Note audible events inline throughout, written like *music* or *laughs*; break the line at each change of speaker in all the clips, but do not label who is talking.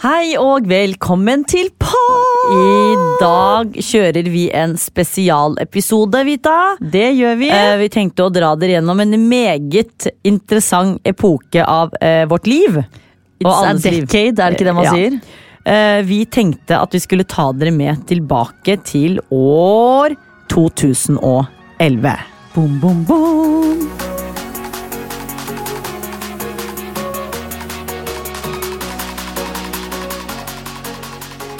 Hei og velkommen til pod! I dag kjører vi en spesialepisode, Vita.
Det gjør vi.
Eh, vi tenkte å dra dere gjennom en meget interessant epoke av eh, vårt liv. og
It's a
alles liv.
decade, er det ikke det man
Ja.
sier?
Eh, vi tenkte at vi skulle ta dere med tilbake til år 2011.
Boom, boom, boom.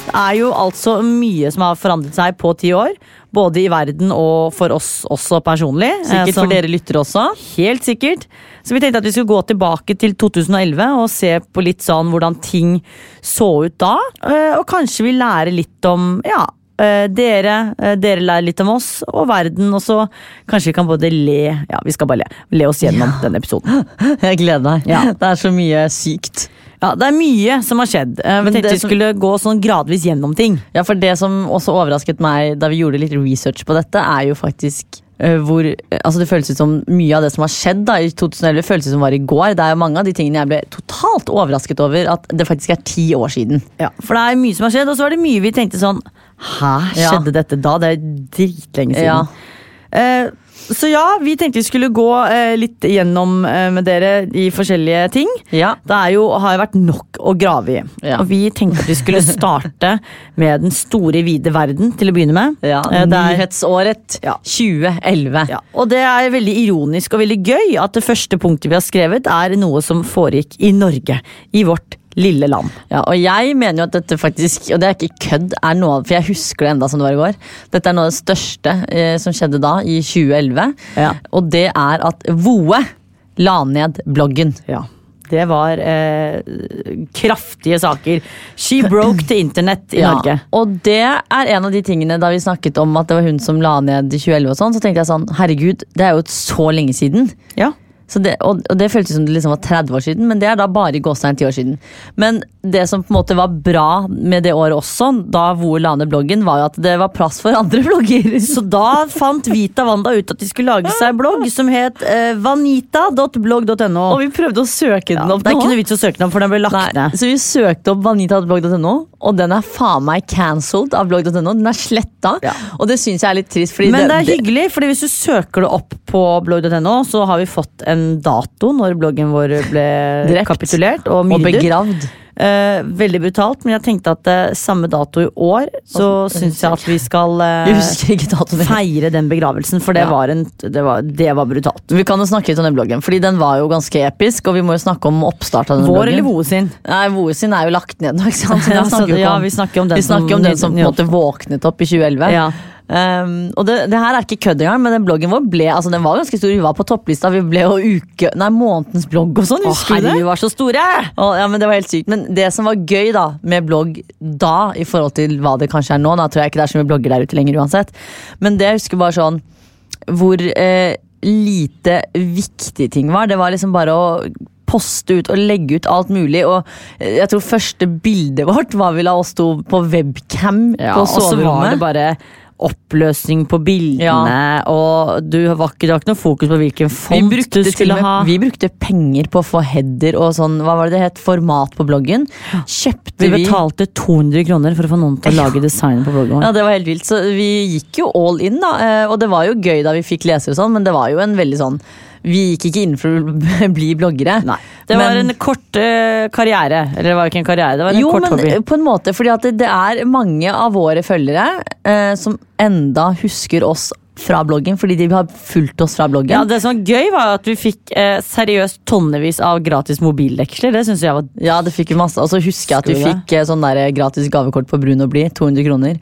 Det er jo altså mye som har forandret seg på ti år. Både i verden og for oss også personlig. eh,
Sikkert
som-
for dere lyttere også.
Helt sikkert. Så vi tenkte at vi skulle gå tilbake til 2011 og se på litt sånn hvordan ting så ut da. Eh, Og kanskje vi lærer litt om ja, eh, dere, eh, dere lærer litt om oss og verden. Og så kanskje vi kan både le Ja, vi skal bare le, le oss gjennom denne episoden.
*laughs* Jeg gleder meg.
Ja.
Det er så mye sykt.
Ja, Det er mye som har skjedd. Eh, Vi
Men
tenkte
det
vi
som-
skulle gå sånn gradvis gjennom ting.
Ja, for det som også overrasket meg da vi gjorde litt research på dette, er jo faktisk eh, hvor, eh, altså Det føles ut som mye av det som har skjedd da i 2011, føles ut som var i går. Det er jo mange av de tingene jeg ble totalt overrasket over at det faktisk er ti år siden.
Ja, For det er mye som har skjedd, og så er det mye vi tenkte sånn Hæ,
Ja.
skjedde dette da? Det er dritlenge siden.
Ja.
Eh, så ja, vi tenkte vi skulle gå eh, litt gjennom eh, med dere i forskjellige ting.
Ja.
Det er jo, har jo vært nok å grave i.
Ja.
Og vi tenkte at vi
*laughs*
skulle starte med den store, vide verden til å begynne med.
Ja,
Eh, det er-
Nyhetsåret
Ja.
2011.
ja, og det er veldig ironisk og veldig gøy at det første punktet vi har skrevet, er noe som foregikk i Norge. I vårt lille land.
Ja, og jeg mener jo at dette faktisk, og det er ikke kødd, er noe av, for jeg husker det enda som det var i går. Dette er noe av det største eh, som skjedde da, i 2011.
Ja.
Og det er at Voe la ned bloggen.
Ja. Det var eh, kraftige saker. She broke to internet i
Ja,
Norge.
Og det er en av de tingene da vi snakket om at det var hun som la ned i 2011 og sånn, så tenkte jeg sånn, herregud, det er jo så lenge siden.
Ja.
Så det, og, og det føltes som det liksom var 30 år siden, men det er da bare i gåstegn 10 år siden. Men det som på en måte var bra med det året også, da Voe la ned bloggen, var jo at det var plass for andre *laughs* blogger.
Så da fant Vita Wanda ut at de skulle lage seg en blogg som het eh, vanita.blogg.no.
Og vi prøvde å søke
Ja,
den opp
det er ikke
nå.
noe vits å søke den opp, for den ble lagt
Nei,
ned.
så vi søkte opp vanitablogg.no, og den er faen meg cancelled av blogg.no. Den er sletta,
Ja.
og det syns jeg er litt trist. Fordi
Men det er hyggelig, for hvis du søker det opp på blogg.no, så har vi fått en dato når bloggen vår ble
Drept.
kapitulert og
Og
myrdet.
begravd.
Eh, veldig brutalt, men jeg tenkte at eh, samme dato i år, så syns jeg at vi skal eh,
Jeg husker ikke datoen.
feire den begravelsen, for det,
Ja.
var en, det, var, det var brutalt.
Vi kan jo snakke litt om den bloggen, fordi den var jo ganske episk. Og vi må jo snakke om oppstart av den
Vår
bloggen.
eller Voe sin?
Nei, Voe sin er jo lagt ned nå, ikke sant?
*laughs*
Så
Ja,
den
så
snakker vi
det-
ikke
ja,
om.
vi snakker om den
vi snakker
som-
om den som på en måte våknet opp i 2011.
Ja.
Ehm, og det, det her er ikke kødd engang, men den bloggen vår ble, altså den var ganske stor. Vi var på topplista. Vi ble jo uke, nei, månedens blogg og sånn.
Å,
Husker du
herre,
det?
vi var så store!
Å, ja, men Det var helt sykt. Men det som var gøy da med blogg da, i forhold til hva det kanskje er nå Da tror jeg ikke det er så mye blogger der ute lenger uansett. Men det jeg husker bare sånn hvor eh, lite viktig ting var. Det var liksom bare å poste ut og legge ut alt mulig. Og eh, jeg tror første bildet vårt var vel av oss to på webcam
Ja,
på
og så var det
soverommet.
bare oppløsning på bildene,
Ja.
og du var ikke, det var ikke noe fokus på hvilken
Vi
font
brukte,
du
til
skulle
og med,
ha.
sånn. vi brukte penger på å få header og sånn, hva var det det het, format på bloggen. Kjøpte
Vi betalte 200 kroner for å få noen til å lage design på bloggen
Ja,
vår.
det var helt vilt. Så vi gikk jo all in, da. eh, Og det var jo gøy da vi fikk lesere og sånn, men det var jo en veldig sånn Vi gikk ikke inn for å bli bloggere.
Nei, det var
Men-
en kort eh, karriere. Eller det var ikke en karriere, det var en
jo,
kort
men
hobby.
eh, på en måte, fordi at det, det er mange av våre følgere eh, som enda husker oss fra bloggen, fordi de har fulgt oss fra bloggen.
Ja, det som var gøy, var at vi fikk eh, seriøst tonnevis av gratis mobildeksler. Det synes jeg var
Ja, det fikk vi masse. Og så husker jeg at vi
Husker du det?
fikk eh, sånn der gratis gavekort på Brun og Blid. 200 kroner.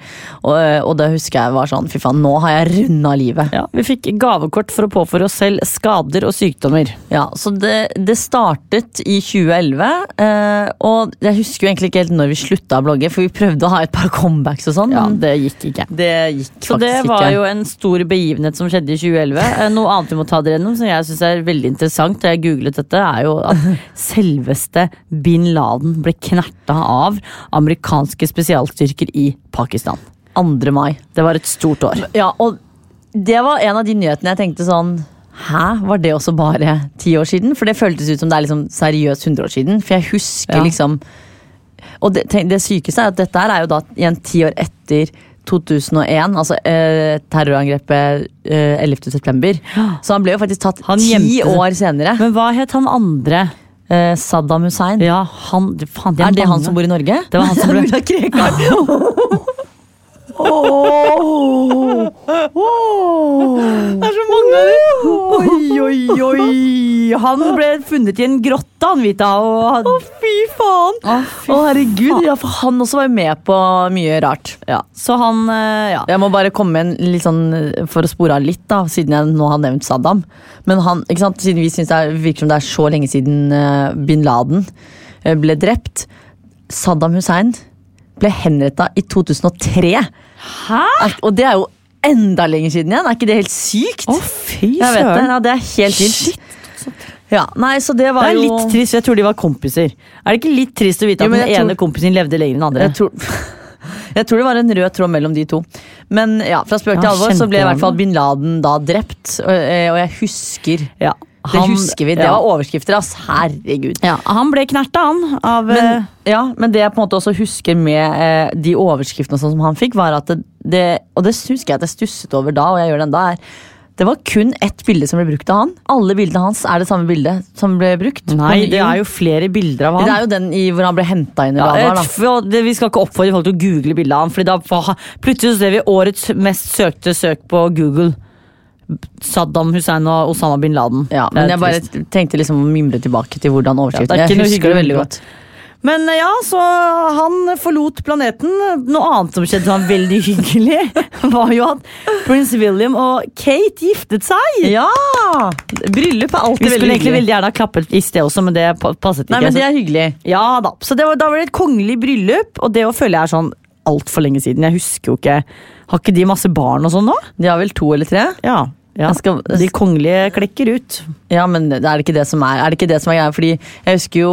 Og, eh, og da husker jeg var sånn Fy faen, nå har jeg runda livet.
ja, Vi fikk gavekort for å påføre oss selv skader og sykdommer.
Ja, så det, det startet i 2011, eh, og jeg husker jo egentlig ikke helt når vi slutta å blogge, for vi prøvde å ha et par comebacks og sånn,
Ja,
men
Det
det,
gikk ikke.
gikk
Så
faktisk
det var
ikke.
jo en stor begivenhet som skjedde i 2011. Eh, Noe annet vi må ta dere gjennom, som jeg syns er veldig interessant, da jeg googlet dette, er jo
*laughs*
at selveste bin Laden ble knerta av amerikanske spesialstyrker i Pakistan.
2. mai.
Det var et stort år.
Ja, og det var en av de nyhetene jeg tenkte sånn Hæ, var det også bare ti år siden? For det føltes ut som det er liksom seriøst 100 år siden. For jeg husker
Ja.
liksom Og det, tenk, det sykeste er at dette her er jo da igjen ti år etter 2001, altså eh, terrorangrepet eh, 11. september. Så han ble jo faktisk tatt
Han
ti
gjemte det.
år senere.
Men hva het han andre?
Eh, Saddam Hussein.
Ja, han faen, de
Er det han
mange.
som bor i Norge?
Det var han
*laughs*
som ble- *laughs*
Mulla Krekar.
Det er så mange av dem! Oi, oi, oi! Han ble funnet i en grotte, han Vita. Og...
Fy faen! Å,
Å, fy
herregud, ja, for han også var jo med på mye rart.
Ja, så han eh, ja.
Jeg må bare komme med en litt sånn for å spore av litt, da, siden jeg nå har nevnt Saddam. Men han, ikke sant, siden vi syns det er- virker som det er så lenge siden eh, bin Laden eh, ble drept Saddam Hussein ble henretta i 2003.
Hæ?
Er- Og det er jo enda lenger siden igjen. Er ikke det helt sykt?
Å, fy
jeg vet det.
søren.
Ja, det er helt vilt.
Shit.
Ja, nei, så det var
Det er
jo
litt trist, for jeg tror de var kompiser. Er det ikke litt trist å vite at
Jo, men
den
jeg tror-
ene kompisen levde lenger enn den andre?
Jeg tror, *laughs* jeg tror det var en rød tråd mellom de to. Men ja, fra spøk til
Ja,
alvor så ble i hvert fall
kjempevanlig.
bin Laden da drept. Og, eh, og jeg husker
Ja,
Det husker vi. Det
ja.
var overskrifter, ass. Herregud.
ja, han ble knerta, han. Av, eh,
Men, ja, men det jeg på en måte også husker med eh, de overskriftene og sånn som han fikk, var at det, det Og det husker jeg at jeg stusset over da, og jeg gjør det enda, er det var kun ett bilde som ble brukt av han. Alle bildene hans er det samme bildet som ble brukt.
nei,
Men-
det er jo flere bilder av
Det
han.
er jo den i, hvor han ble henta inn.
Ja,
eller hva det var,
jeg
da.
tror- det, vi skal ikke oppfordre folk til å google bildet av ham. Fordi da fa- plutselig så ser vi årets mest søkte søk på Google. Saddam Hussein og Osama bin Laden.
Ja,
Det er
men jeg
trist.
bare tenkte liksom å mimre tilbake til hvordan
Ja,
overskriften
det er ikke
Jeg
noe
husker det
hyggelig
veldig
å
godt.
Men eh, ja, så han forlot planeten. Noe annet som skjedde som var veldig *laughs* hyggelig, var jo at prins William og Kate giftet seg.
Ja! Bryllup er
Vi
alltid
skulle
veldig
egentlig
hyggelig.
veldig gjerne ha klappet i sted også, men det pa- passet ikke.
Nei, men det er hyggelig.
Ja da, så det var, da var det et kongelig bryllup, og det å føle jeg er sånn altfor lenge siden. Jeg husker jo ikke Har ikke de masse barn og sånn nå?
De har vel to eller tre?
Ja. ja.
Jeg skal-
De kongelige klekker ut.
Ja, men det er det ikke det som er Er det ikke det som er greia? Fordi jeg husker jo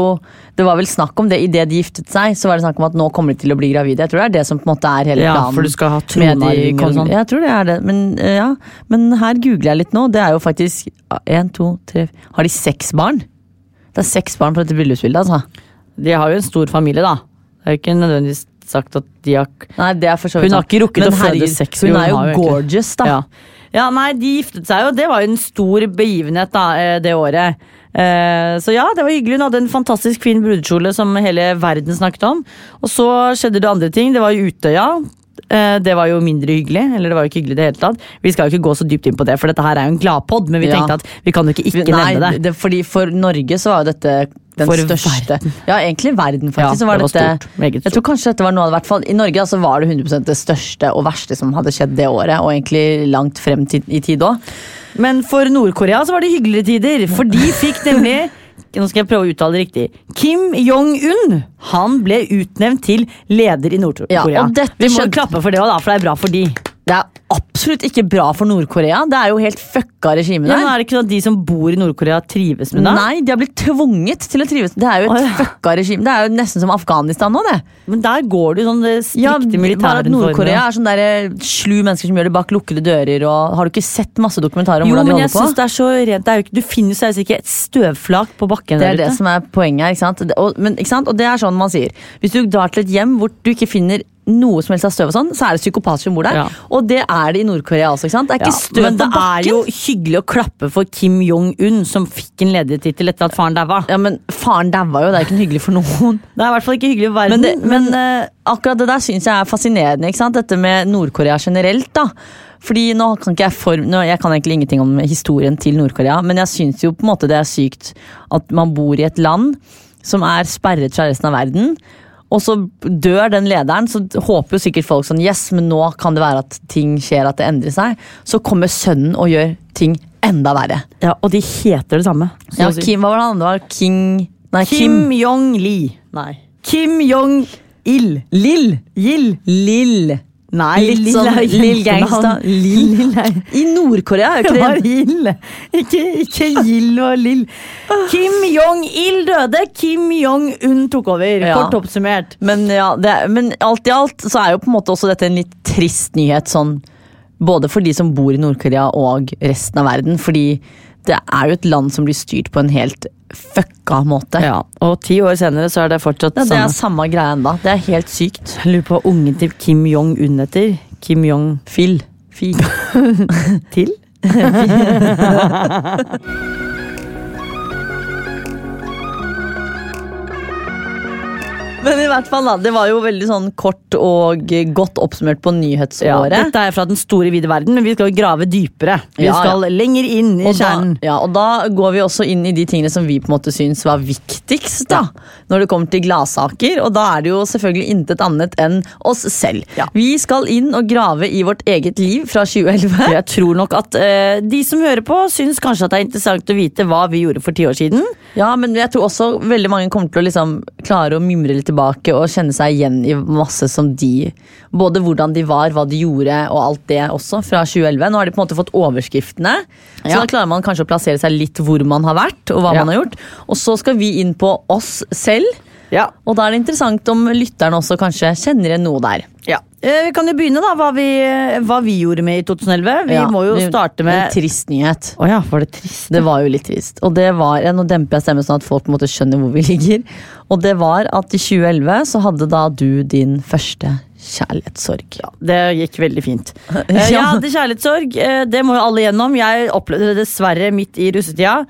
Det var vel snakk om det idet de giftet seg, så var det snakk om at nå kommer de til å bli gravide. Jeg tror det er det som på en måte er hele
Ja,
planen.
for du skal ha
med de
tronarvinger og
kong-
sånn.
Jeg tror det er det. Men, eh, ja. men her googler jeg litt nå. Det er jo faktisk én, to, tre Har de seks barn? Det er seks barn på dette bryllupsbildet, altså.
De har jo en stor familie, da. Det er ikke nødvendigvis sagt at de har
Nei, det er for så
Hun
vidt
har
sant.
ikke rukket
Men
å føde
herregud,
seks, jo,
Hun
hun
er jo
har jo egentlig-
gorgeous, da.
Ja. ja, nei, de giftet seg jo. Det var jo en stor begivenhet da, eh, det året. Eh, Så ja, det var hyggelig. Hun hadde en fantastisk fin brudekjole som hele verden snakket om. Og så skjedde det andre ting. Det var jo Utøya. Eh, Det var jo mindre hyggelig. Eller det var jo ikke hyggelig i det hele tatt. Vi skal jo ikke gå så dypt inn på det, for dette her er jo en gladpod, men vi
Ja.
tenkte at vi kan jo ikke ikke
Nei,
nevne det.
det- fordi for Norge så var jo dette den
For
største Ja, egentlig verden, faktisk.
Ja,
så var
det var
dette,
stort. Meget
Jeg tror kanskje dette var noe av det, i hvert fall. I Norge altså, var det 100 det største og verste som hadde skjedd det året, og egentlig langt frem til, i tid òg.
Men for Nord-Korea så var det hyggeligere tider, for de fikk nemlig nå skal jeg prøve å uttale det riktig. Kim Jong-un han ble utnevnt til leder i Nord-Korea.
Ja, og dette
Vi må
skjedde-
klappe for det òg, for det er bra for de.
Det er absolutt ikke bra for Nord-Korea. Det er jo helt fucka regime
Ja,
der.
men er det ikke sånn at de som bor i Nord-Korea, trives med det?
Nei, de har blitt tvunget til å trives. Det er jo et
Å, ja.
fucka regime. Det er jo nesten som Afghanistan nå, det.
Men der går det jo sånn eh,
Ja,
strikte
bare at
militæruniformer.
Nord-Korea er sånn der eh, slu mennesker som gjør det bak lukkede dører. Og har du ikke sett masse dokumentarer om
Jo,
hvordan de
men jeg
holder på?
synes det er så rent. Det er jo ikke, du finner jo seriøst ikke et støvflak på bakken
Det
der
er det
ute.
som er poenget. her, Ikke sant? Det- Og, men, ikke sant? og det er sånn man sier. Hvis du drar til et hjem hvor du ikke finner noe som helst av støv, og sånn, så er det psykopater som bor der.
Ja.
Og det er det i Nord-Korea også. ikke sant? Det er
Ja,
ikke støv
men det
på bakken.
er jo hyggelig å klappe for Kim Jong-un, som fikk en ledertittel etter at faren daua.
Ja, men faren daua jo, det er ikke noe hyggelig for noen.
Det er i hvert fall ikke hyggelig i verden,
Men, det, men
mm.
eh, akkurat det der syns jeg er fascinerende. ikke sant? Dette med Nord-Korea generelt. da. Fordi nå kan ikke Jeg form, nå, jeg kan egentlig ingenting om historien til Nord-Korea, men jeg syns jo på en måte det er sykt at man bor i et land som er sperret fra resten av verden. Og så dør den lederen, så håper jo sikkert folk sånn Yes, men nå kan det være at ting skjer, at det endrer seg. Så kommer sønnen og gjør ting enda verre.
ja, og de heter det samme. så
Ja,
å si.
Kim, hva var det andre? Det var King Nei, Kim.
Kim Jong-li. Nei. Kim Jong-il.
Lill.
Gill.
Lill.
Nei,
Litt
Lill
sånn
er
Lill
jentenavn.
Gangsta. Lill. *laughs*
Lill er
I Nord-Korea er jo
Det
ikke
var
det
Ill, ikke, ikke Gill og Lill. Kim Jong-il døde, Kim Jong-un tok over.
Ja.
Kort oppsummert.
men, ja, det er, men alt i alt så er jo på en måte også dette en litt trist nyhet, sånn både for de som bor i Nord-Korea og resten av verden. Fordi det er jo et land som blir styrt på en helt fucka måte.
Ja, og ti år senere så er det fortsatt
Ja, det er
samme.
samme greia ennå. Det er helt sykt.
Jeg lurer på hva ungen til Kim Jong-un heter. Kim Jong-til?
Phil.
*laughs*
Phil. *laughs* Men i hvert fall da, det var jo veldig sånn kort og godt oppsummert på
Ja,
nyhetsåret.
dette er fra den store, vide verden, men vi skal jo grave dypere. Vi
Ja, ja.
skal lenger inn i
og da,
kjernen.
ja, og da går vi også inn i de tingene som vi på en måte syns var viktigst. da, Når det kommer til gladsaker, og da er det jo selvfølgelig intet annet enn oss selv.
Ja.
Vi skal inn og grave i vårt eget liv fra 2011.
Jeg tror nok at eh, de som hører på, syns kanskje at det er interessant å vite hva vi gjorde for ti år siden.
Ja, men jeg tror også veldig mange kommer til å liksom klare å mimre litt tilbake og kjenne seg igjen i masse som de Både hvordan de var, hva de gjorde og alt det også fra 2011. Nå har de på en måte fått overskriftene, så
Ja.
da klarer man kanskje å plassere seg litt hvor man har vært og hva
Ja.
man har gjort. Og så skal vi inn på oss selv,
Ja.
og da er det interessant om lytterne også kanskje kjenner igjen noe der.
Eh, vi kan jo begynne, da, hva vi, hva vi gjorde med i 2011. Vi
Ja,
må jo
det-
starte
En
med
trist nyhet.
Å ja, var det trist?
Det var jo litt trist. Og det var, ja, Nå demper jeg stemmen sånn at folk på en måte skjønner hvor vi *laughs* ligger. Og det var at i 2011 så hadde da du din første kjærlighetssorg.
Det gikk veldig fint. Eh,
*laughs* Ja.
Jeg hadde kjærlighetssorg. eh, Det må jo alle gjennom. Jeg opplevde det dessverre midt i russetida.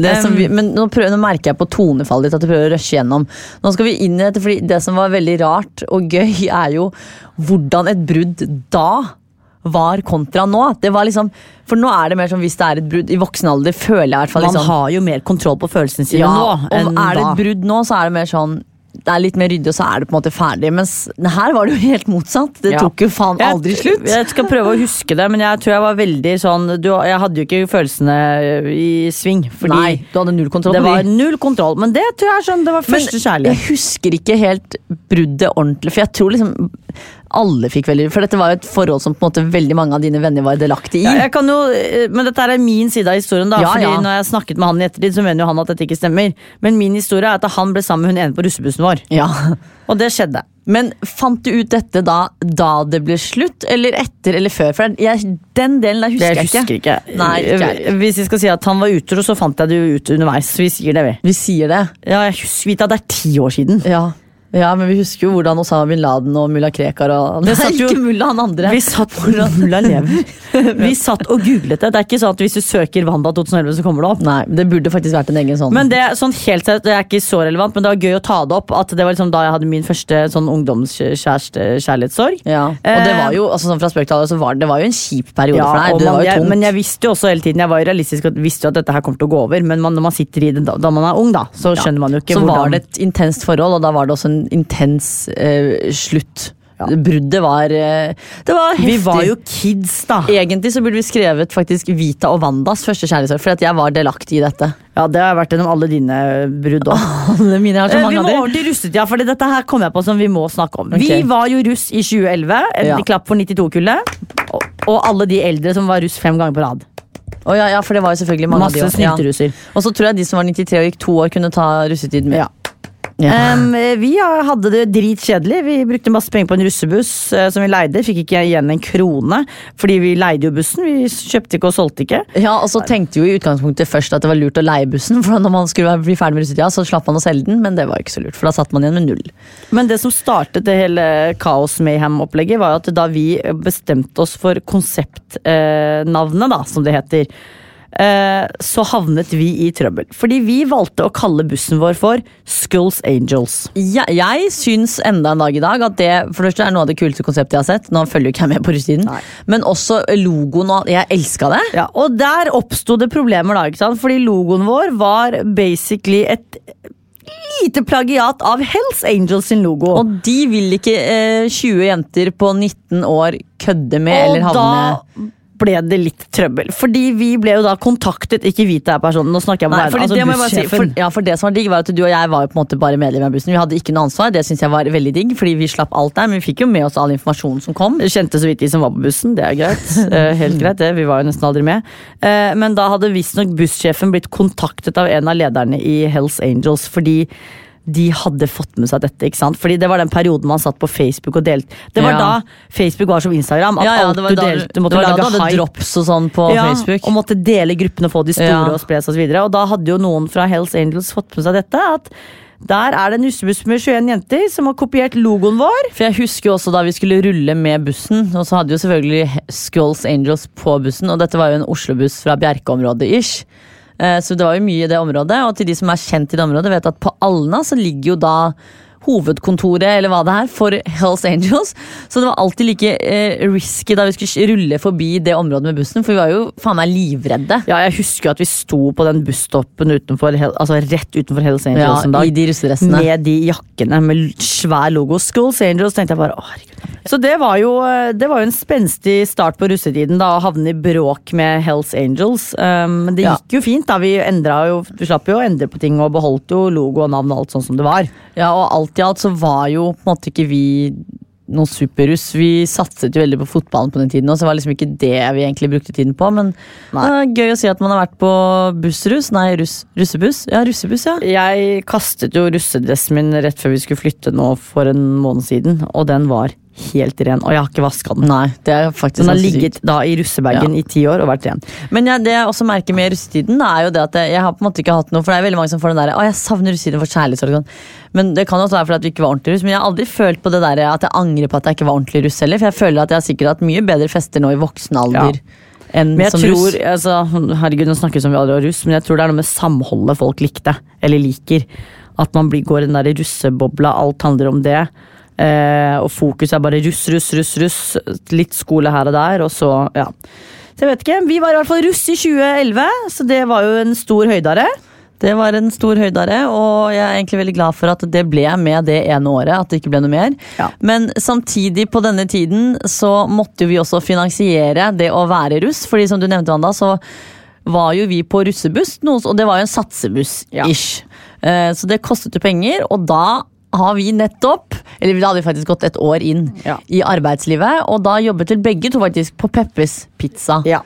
Det som
Um,
vi, men nå, prøver, nå merker jeg på tonefallet ditt at du prøver å rushe gjennom. Nå skal vi inn i dette, fordi det som var veldig rart og gøy, *laughs* er jo hvordan et brudd da var kontra nå. Det var liksom, For nå er det mer som hvis det er et brudd i voksen alder, føler jeg i hvert fall.
Man
liksom,
har jo mer kontroll på følelsene sine
ja,
nå enn
og er det
da.
et brudd nå, så er det mer sånn det er litt mer ryddig, og så er det på en måte ferdig. Mens her var det jo helt motsatt. Det
Ja.
tok jo faen aldri
jeg,
slutt.
Jeg skal prøve å huske det, men jeg tror jeg var veldig sånn du, Jeg hadde jo ikke følelsene i sving, fordi
Nei, du hadde null kontroll
det
på
var
de.
null kontroll. Men det tror jeg er sånn, det var
Men
første kjærlighet.
Jeg husker ikke helt bruddet ordentlig, for jeg tror liksom alle fikk veldig For dette var jo et forhold som på en måte veldig mange av dine venner var delaktige i.
Ja, jeg kan jo, eh, men dette her er min side av historien. da
Ja,
fordi
ja.
Når jeg snakket med han i ettertid, så mener jo han at dette ikke stemmer. Men min historie er at han ble sammen med hun ene på russebussen
*laughs*
vår.
ja.
Og det skjedde.
Men fant du ut dette da, da det ble slutt, eller etter eller før? For jeg, den delen der husker
Det
jeg ikke.
husker ikke.
Nei, ikke jeg heller.
Hvis vi skal si at han var utro, så fant jeg det jo ut underveis. Vi sier det, vi.
Vi sier det.
Ja, jeg husker ikke at det er ti år siden.
Ja. ja, men vi husker jo hvordan Osama bin Laden og mulla Krekar og Nei,
Det satt jo-
ikke mulla, han andre.
Vi satt, Mulla lever. vi satt og googlet det. Det er ikke sånn at hvis du søker Wanda 2011, så kommer det opp.
*laughs* Nei, det burde faktisk vært en egen sånn.
Men det, sånn helt sett, det er ikke så relevant, men det var gøy å ta det opp. At det var liksom da jeg hadde min første sånn ungdomskjæreste-kjærlighetssorg.
ja. Og det var jo altså sånn fra spøk til alvor, så var det, det var jo en kjip periode
eh, Ja,
for
og
deg. Det
man,
var jo
jeg,
tungt.
men jeg visste jo også hele tiden Jeg var jo realistisk og visste jo at dette her kommer til å gå over. Men man, når man sitter i det da, da man er ung, da, så
Ja.
skjønner man jo ikke
så
hvordan
var det et intenst forhold, og da var det også en intens eh, slutt. Bruddet var eh, Det var heftig.
Vi var jo kids, da.
Egentlig så burde vi skrevet faktisk Vita og Wandas første kjærlighetsår, for at jeg var delaktig i dette.
Ja, Det har jeg vært gjennom alle dine brudd òg.
Alle mine, jeg har så
Vi
mange
må
av
over
de.
til russetida, for dette her kom jeg på som vi må snakke om.
Ok.
Vi var jo russ i 2011. En
Ja.
klapp for 92-kullet. Og alle de eldre som var russ fem ganger på rad.
Å ja, ja, for det var jo selvfølgelig mange
Masse
av de også.
snyterusser.
Ja. Og så tror jeg de som var 93 og gikk to år, kunne ta russetid med.
Ja. Em, vi har- hadde det dritkjedelig. Vi brukte masse penger på en russebuss eh, som vi leide. Fikk ikke igjen en krone, fordi vi leide jo bussen. Vi kjøpte ikke og solgte ikke.
Ja, og så tenkte vi jo i utgangspunktet først at det var lurt å leie bussen, *laughs* for når man skulle bli ferdig med russetida, så slapp man å selge den, men det var jo ikke så lurt, for da satt man igjen med null.
Men det som startet det hele kaos-mayhem-opplegget, var jo at da vi bestemte oss for konseptnavnet, da, som det heter, eh, så havnet vi i trøbbel. Fordi vi valgte å kalle bussen vår for Skulls Angels.
Ja, jeg syns enda en dag i dag at det for det første er noe av det kuleste konseptet jeg har sett. Nå følger jo ikke jeg med på russetiden,
Nei.
men også logoen og Jeg elska det.
Ja, og der oppsto det problemer, da. ikke sant? Fordi logoen vår var basically et lite plagiat av Hells Angels sin logo.
Og de vil ikke eh, 20 jenter på 19 år kødde med eller
Og
havne
da ble det litt trøbbel. Fordi vi ble jo da kontaktet Ikke vi til er personen, nå snakker jeg på
Nei,
vegne
fordi
altså
det må jeg bare si, for,
bussjefen.
ja, for det som var digg, var at du og jeg var jo på en måte bare medlemmer av bussen. Vi hadde ikke noe ansvar, det syns jeg var veldig digg, fordi vi slapp alt der, men vi fikk jo med oss all informasjonen som kom.
Jeg Kjente så vidt de som var på bussen, det er
*laughs*
greit. Eh, helt greit, det. Vi var jo nesten aldri med. Eh, men da hadde visstnok bussjefen blitt kontaktet av en av lederne i Hells Angels fordi de hadde fått med seg dette. ikke sant? Fordi Det var den perioden man satt på Facebook og delte. Det var
Ja.
da Facebook var som Instagram. At
Ja, ja,
alt
det
du
var da
delte,
du, det
måtte
var da du
lage
hadde
hype.
drops og sånn på
ja,
Facebook.
Og måtte dele gruppene og få de store
Ja.
og spres og så videre. Og da hadde jo noen fra Hells Angels fått med seg dette. at der er det en russebuss med 21 jenter som har kopiert logoen vår.
For jeg husker jo også da vi skulle rulle med bussen, og så hadde jo selvfølgelig He- Skulls Angels på bussen, og dette var jo en Oslo-buss fra Bjerke-området ish. Eh, Så det var jo mye i det området, og til de som er kjent i det området, vet at på Alna så ligger jo da hovedkontoret, eller hva det er, for Hells Angels. Så det var alltid like eh, risky da vi skulle rulle forbi det området med bussen, for vi var jo faen meg livredde.
Ja, jeg husker jo at vi sto på den busstoppen utenfor, Hell- altså rett utenfor Hells Angels
Ja,
en dag.
i de russedressene.
med de jakkene med l- svær logo. Schools Angels, tenkte jeg bare å, herregud. Så det var, jo, eh, det var jo en spenstig start på russetiden, da, å havne i bråk med Hells Angels. Um, Men det
Ja.
gikk jo fint, da. Vi, endra jo, vi slapp jo å endre på ting og beholdt jo logo og navn og alt sånn som det var.
Ja, og alt i alt så var jo på en måte ikke vi noen superruss. Vi satset jo veldig på fotballen på den tiden, og så var liksom ikke det vi egentlig brukte tiden på. Men
Nei.
det er gøy å si at man har vært på bussruss. Nei, russ, russebuss. Ja, russebuss, ja.
Jeg kastet jo russedressen min rett før vi skulle flytte nå for en måned siden, og den var helt ren. Og jeg har ikke vaska den.
Nei, det er faktisk
Den har
ganske
ligget da i russebagen i ti år og vært ren.
sykt. Men jeg, det jeg også merker med russetiden, da, er jo det at jeg, jeg har på en måte ikke hatt noe For det er veldig mange som får den derre Å, jeg savner russetiden for kjærlighetssorg. og Sånn. Men det kan også være fordi at vi ikke var ordentlig russ. Men jeg har aldri følt på det der at jeg angrer på at jeg ikke var ordentlig russ heller. For jeg føler at jeg har sikkert hatt mye bedre fester nå i voksen
Ja.
alder enn
Men jeg
som russ.
tror, altså, herregud, nå snakker vi som vi aldri var russ, men jeg tror det er noe med samholdet folk likte, eller liker. At man blir, går i den der russebobla, alt handler om det. Eh, og fokus er bare russ, russ, russ, russ. Litt skole her og der, og så, ja. Så jeg vet ikke, Vi var i hvert fall russ i 2011, så det var jo en stor høydare.
Det var en stor høydare, og jeg er egentlig veldig glad for at det ble med det ene året. at det ikke ble noe mer.
Ja.
Men samtidig på denne tiden så måtte jo vi også finansiere det å være russ. fordi som du nevnte, Wanda, så var jo vi på russebuss, noe, og det var jo en satsebuss-ish. Eh, Så det kostet jo penger, og da har vi nettopp, eller da hadde vi faktisk gått et år inn
Ja.
i arbeidslivet, og da jobbet vel begge to faktisk på Peppes Pizza.
Ja.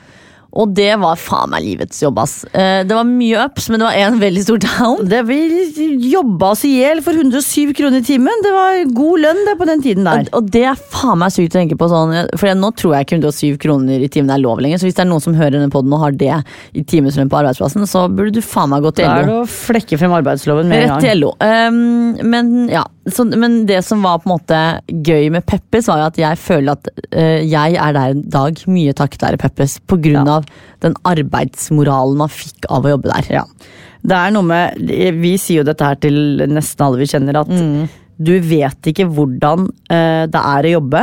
Og det var faen meg livets jobb, ass. Eh, Det var mye ups, men det var en *laughs* veldig stor down.
Det, vi jobba oss i hjel for 107 kroner i timen. Det var god lønn det på den tiden der.
Og, og det er faen meg sykt å tenke på sånn, for nå tror jeg ikke 107 kroner i timen er lov lenger, så hvis det er noen som hører denne podden og har det i timeslønn på arbeidsplassen, så burde du faen meg gå
Da er
til
det
LO.
å flekke frem arbeidsloven med en
Rett
gang.
til LO. Um, men, ja, så, men det som var på en måte gøy med Peppes, var jo at jeg føler at eh, jeg er der en dag mye takket være Peppes, på grunn
Ja.
av den arbeidsmoralen man fikk av å jobbe der.
Ja. Det er noe med Vi sier jo dette her til nesten alle vi kjenner, at
Mm.
du vet ikke hvordan eh, det er å jobbe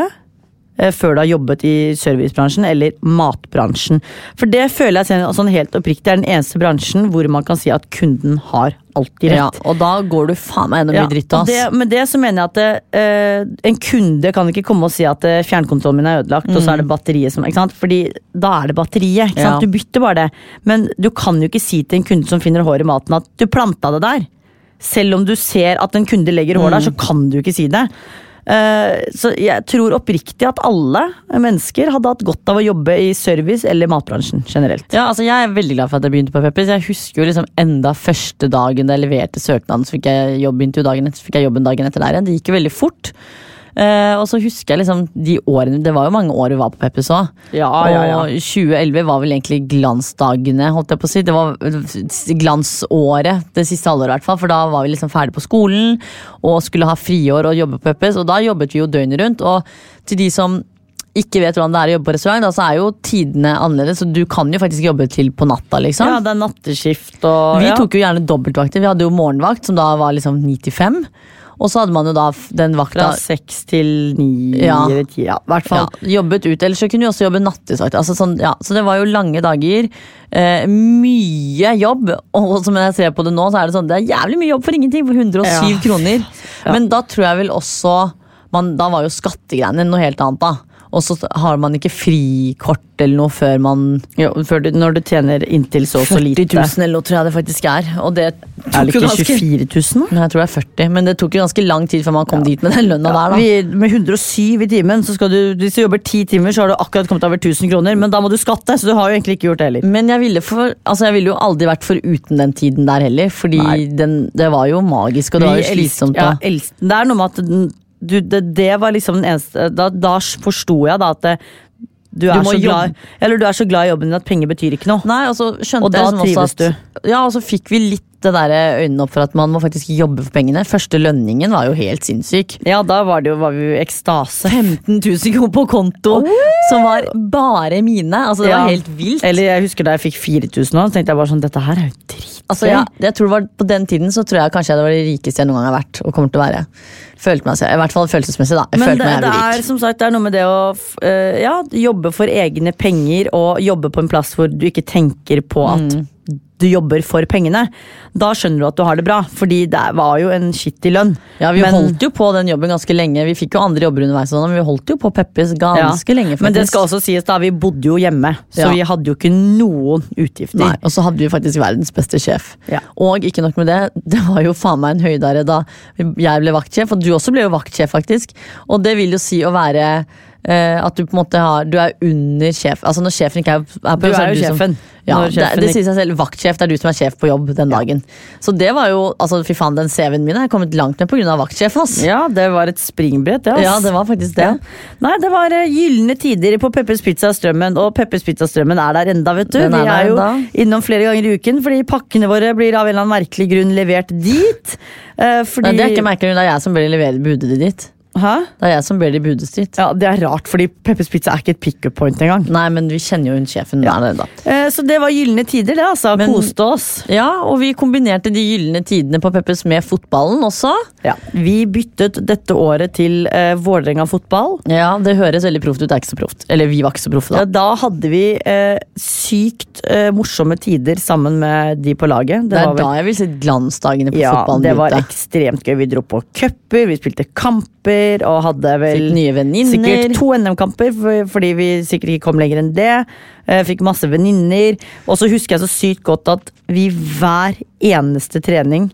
eh, før du har jobbet i servicebransjen eller matbransjen. For det føler jeg sånn- sånn helt oppriktig er den eneste bransjen hvor man kan si at kunden har alltid
Ja,
rett.
og da går du faen meg gjennom
Ja,
mye dritt.
og
Ass.
det, med det så mener jeg at eh, en kunde kan ikke komme og si at eh, fjernkontrollen min er ødelagt, og så er det batteriet som ikke sant? Fordi da er det batteriet. Ikke sant?
Mm. Ja.
Du bytter bare det. Men du kan jo ikke si til en kunde som finner hår i maten
Mm.
at du planta det der. Selv om du ser at en kunde legger hår der, så kan du ikke si det. Eh, Så jeg tror oppriktig at alle mennesker hadde hatt godt av å jobbe i service eller matbransjen generelt.
Ja, altså Jeg er veldig glad for at jeg begynte på Peppers. Jeg husker jo liksom enda første dagen da jeg leverte søknaden, så fikk jeg jobbintervju dagen etter, så fikk jeg jobben dagen etter der igjen. Det gikk jo veldig fort. Eh, og så husker jeg liksom de årene Det var jo mange år vi var på Peppers òg.
Ah, Ja, ja, ja.
Og 2011 var vel egentlig glansdagene, holdt jeg på å si. Det var eh, glansåret, det siste halvåret i hvert fall. For da var vi liksom ferdig på skolen og skulle ha friår og jobbe på Peppers. Og da jobbet vi jo døgnet rundt. Og til de som ikke vet hvordan det er å jobbe på restaurant, da, så er jo tidene annerledes. Så du kan jo faktisk jobbe til på natta, liksom.
Ja, det er natteskift og
Vi
ja.
tok jo gjerne dobbeltvakter. Vi hadde jo morgenvakt, som da var liksom ni til fem. Og så hadde man jo da f- den
fra
vakta
seks til ni
Ja.
eller ti, ja. I hvert fall.
ja, jobbet ut. Ellers så kunne vi også jobbe nattesvakt. Altså sånn, ja. Så det var jo lange dager. Eh, mye jobb. Og som jeg ser på det nå, så er det sånn Det er jævlig mye jobb for ingenting! For 107
Ja.
kroner. Men da tror jeg vel også man, Da var jo skattegreiene noe helt annet, da. Og så har man ikke frikort eller noe før man
Jo, før du, når du tjener inntil så og så lite.
40 000 eller noe tror jeg det faktisk er. Og det
Er det
tok jo
ikke
ganske
24 000? da?
Nei, jeg tror det er 40, men det tok jo ganske lang tid før man kom dit med den lønna der, da.
Vi, med 107 i timen, så skal du, hvis du jobber 10 timer, så har du akkurat kommet over 1000 kroner, men da må du skatte, så du har jo egentlig ikke gjort det heller.
Men jeg ville, for, altså jeg ville jo aldri vært foruten den tiden der heller, fordi
Nei.
den, det var jo magisk, og det var jo
Vi elsk-
slitsomt.
Ja,
da.
els- det er noe med at den- du, det, det var liksom den eneste Da, da forsto jeg da at det, du, er
må
så glad,
jobbe.
eller du er så glad i jobben din at penger betyr ikke noe.
Nei, og så skjønte
Og da
jeg liksom også
trives
at, Ja, og så fikk vi litt det der eh, øynene opp for at man må faktisk jobbe for pengene. Første lønningen var jo helt sinnssyk.
Ja, da var, det jo, var vi jo i ekstase.
15 000 kroner på konto, som var bare mine. Altså, det
Ja.
var helt vilt.
Eller jeg husker da jeg fikk 4000 nå, så tenkte jeg bare sånn, dette her er jo dritgøy.
Altså, jeg, jeg tror det var På den tiden så tror jeg kanskje jeg det var det rikeste jeg noen gang har vært. og kommer til å være. Følte meg, så- I hvert fall følelsesmessig, da. Jeg
Men
følte
det,
meg
det
jævlig
er
rik.
som sagt, det er noe med det å f- eh, ja, jobbe for egne penger og jobbe på en plass hvor du ikke tenker på at
Mm.
du jobber for pengene. Da skjønner du at du har det bra, fordi det var jo en skittig lønn.
Ja, Vi
Men-
holdt jo på den jobben ganske lenge. Vi fikk jo andre jobber underveis, og sånn, men vi holdt jo på Peppes ganske
Ja.
lenge.
Men det
faktisk.
skal også sies da, vi bodde jo hjemme, så
Ja.
vi hadde jo ikke noen utgifter.
Nei, og så hadde vi faktisk verdens beste sjef.
Ja.
Og ikke nok med det, *laughs* det var jo faen meg en høydare da jeg ble vaktsjef, og du også ble jo vaktsjef, faktisk. Og det vil jo si å være eh, at du på en måte har Du er under sjef. Altså når sjefen ikke er, er på
Du
jobb, så
er jo
som-
sjefen.
Ja,
Når sjefen
det, det
ikke-
sier seg selv. Vaktsjef, det er du som er sjef på jobb den dagen. Så det var jo altså Fy faen, den CV-en min er kommet langt med pga. vaktsjef, ass.
Ja, det var et springbrett, det. ass.
Ja, det var faktisk det.
Ja. Nei, det var eh, gylne tider på Peppers Pizza Strømmen, og Peppers Pizza Strømmen er der enda, vet du.
Den er
Vi
der
er jo
enda.
innom flere ganger i uken, fordi pakkene våre blir av en eller annen merkelig grunn levert dit. Eh, fordi...
Nei, det er ikke merkelig, det er jeg som bør levere budet ditt.
Hæ?
Det er jeg som bør de budes ditt.
Ja, det er rart, fordi Peppers Pizza er ikke et pick-up point engang.
Nei, men vi kjenner jo hun sjefen
Ja.
der, da.
Eh, så det var gylne tider, det, altså.
Men-
Koste oss.
Ja, og vi kombinerte de gylne tidene på Peppes med fotballen også.
Ja. Vi byttet dette året til eh, Vålerenga fotball.
Ja, Det høres veldig proft ut, det er ikke så proft. Eller vi var ikke så proffe
Ja,
da.
da hadde vi eh, sykt eh, morsomme tider sammen med de på laget.
Det, er
var vel-
da jeg vil si glansdagene på
ja,
fotballen
det var
begynte.
ekstremt gøy. Vi dro på cuper, vi spilte kamper og hadde vel
Fikk nye venninner.
Sikkert to NM-kamper, for- fordi vi sikkert ikke kom lenger enn det. Eh, Fikk masse venninner. Og så husker jeg så sykt godt at vi hver eneste trening,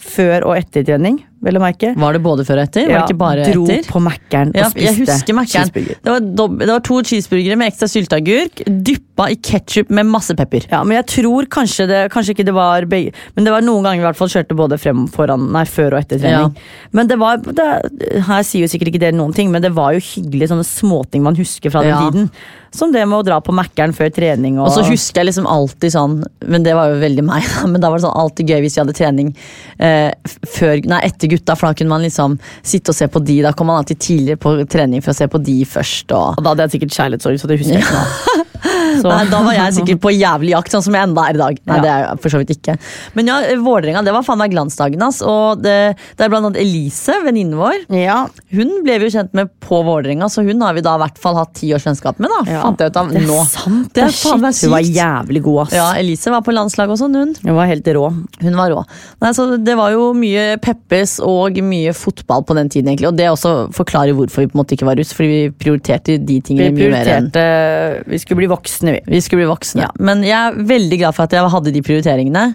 før og etter trening, vel å merke,
Var det både før og etter? var det ikke bare
dro
etter?
på Mækkern og
Ja,
spiste
jeg husker Mækkern.
cheeseburger.
Det, var dob- det var to cheeseburgere med ekstra sylteagurk, dyppa i ketsjup med masse pepper.
Ja, men jeg tror kanskje det Kanskje ikke det var begge Men det var noen ganger i hvert fall kjørte både frem foran Nei, før og etter trening. Men det var det, Her sier jo sikkert ikke dere noen ting, men det var jo hyggelige sånne småting man husker fra den
Ja.
tiden. Som det med å dra på Mækkern før trening og,
Og så husker jeg liksom alltid sånn Men det var jo veldig meg da, *laughs* Men da var det sånn alltid gøy hvis vi hadde trening eh, f- før, nei, etter gutta For da kunne man liksom sitte og se på de Da kom man alltid tidligere på trening for å se på de først og,
Og da hadde jeg sikkert kjærlighetssorg, så det husker jeg ikke nå. *laughs* Så-
Nei, da var jeg sikkert på jævlig jakt Sånn som jeg enda er i dag Nei,
Ja.
det er jeg for så vidt ikke Men ja, Vårdringa, det var faen meg glansdagen ass Og det, det er blant annet Elise, venninnen vår
*laughs* ja.
Hun ble vi jo kjent med på Vårdringa Så hun har vi da i hvert fall hatt ti års vennskap med da
Ja.
Fant jeg ut av
Det er
nå
sant,
Det er
shit,
faen meg
Hun var
sykt.
jævlig god, ass.
Ja, Elise var på landslag og sånn hun
Hun var helt rå.
Hun var rå. Nei, så det var jo mye Peppes og mye fotball på den tiden. egentlig, Og det også forklarer hvorfor vi på en måte ikke var russ, fordi vi prioriterte de
Vi
tingene mye mer enn
prioriterte Vi skulle bli voksne, vi.
vi skulle bli voksne.
Ja.
Men jeg er veldig glad for at jeg hadde de prioriteringene,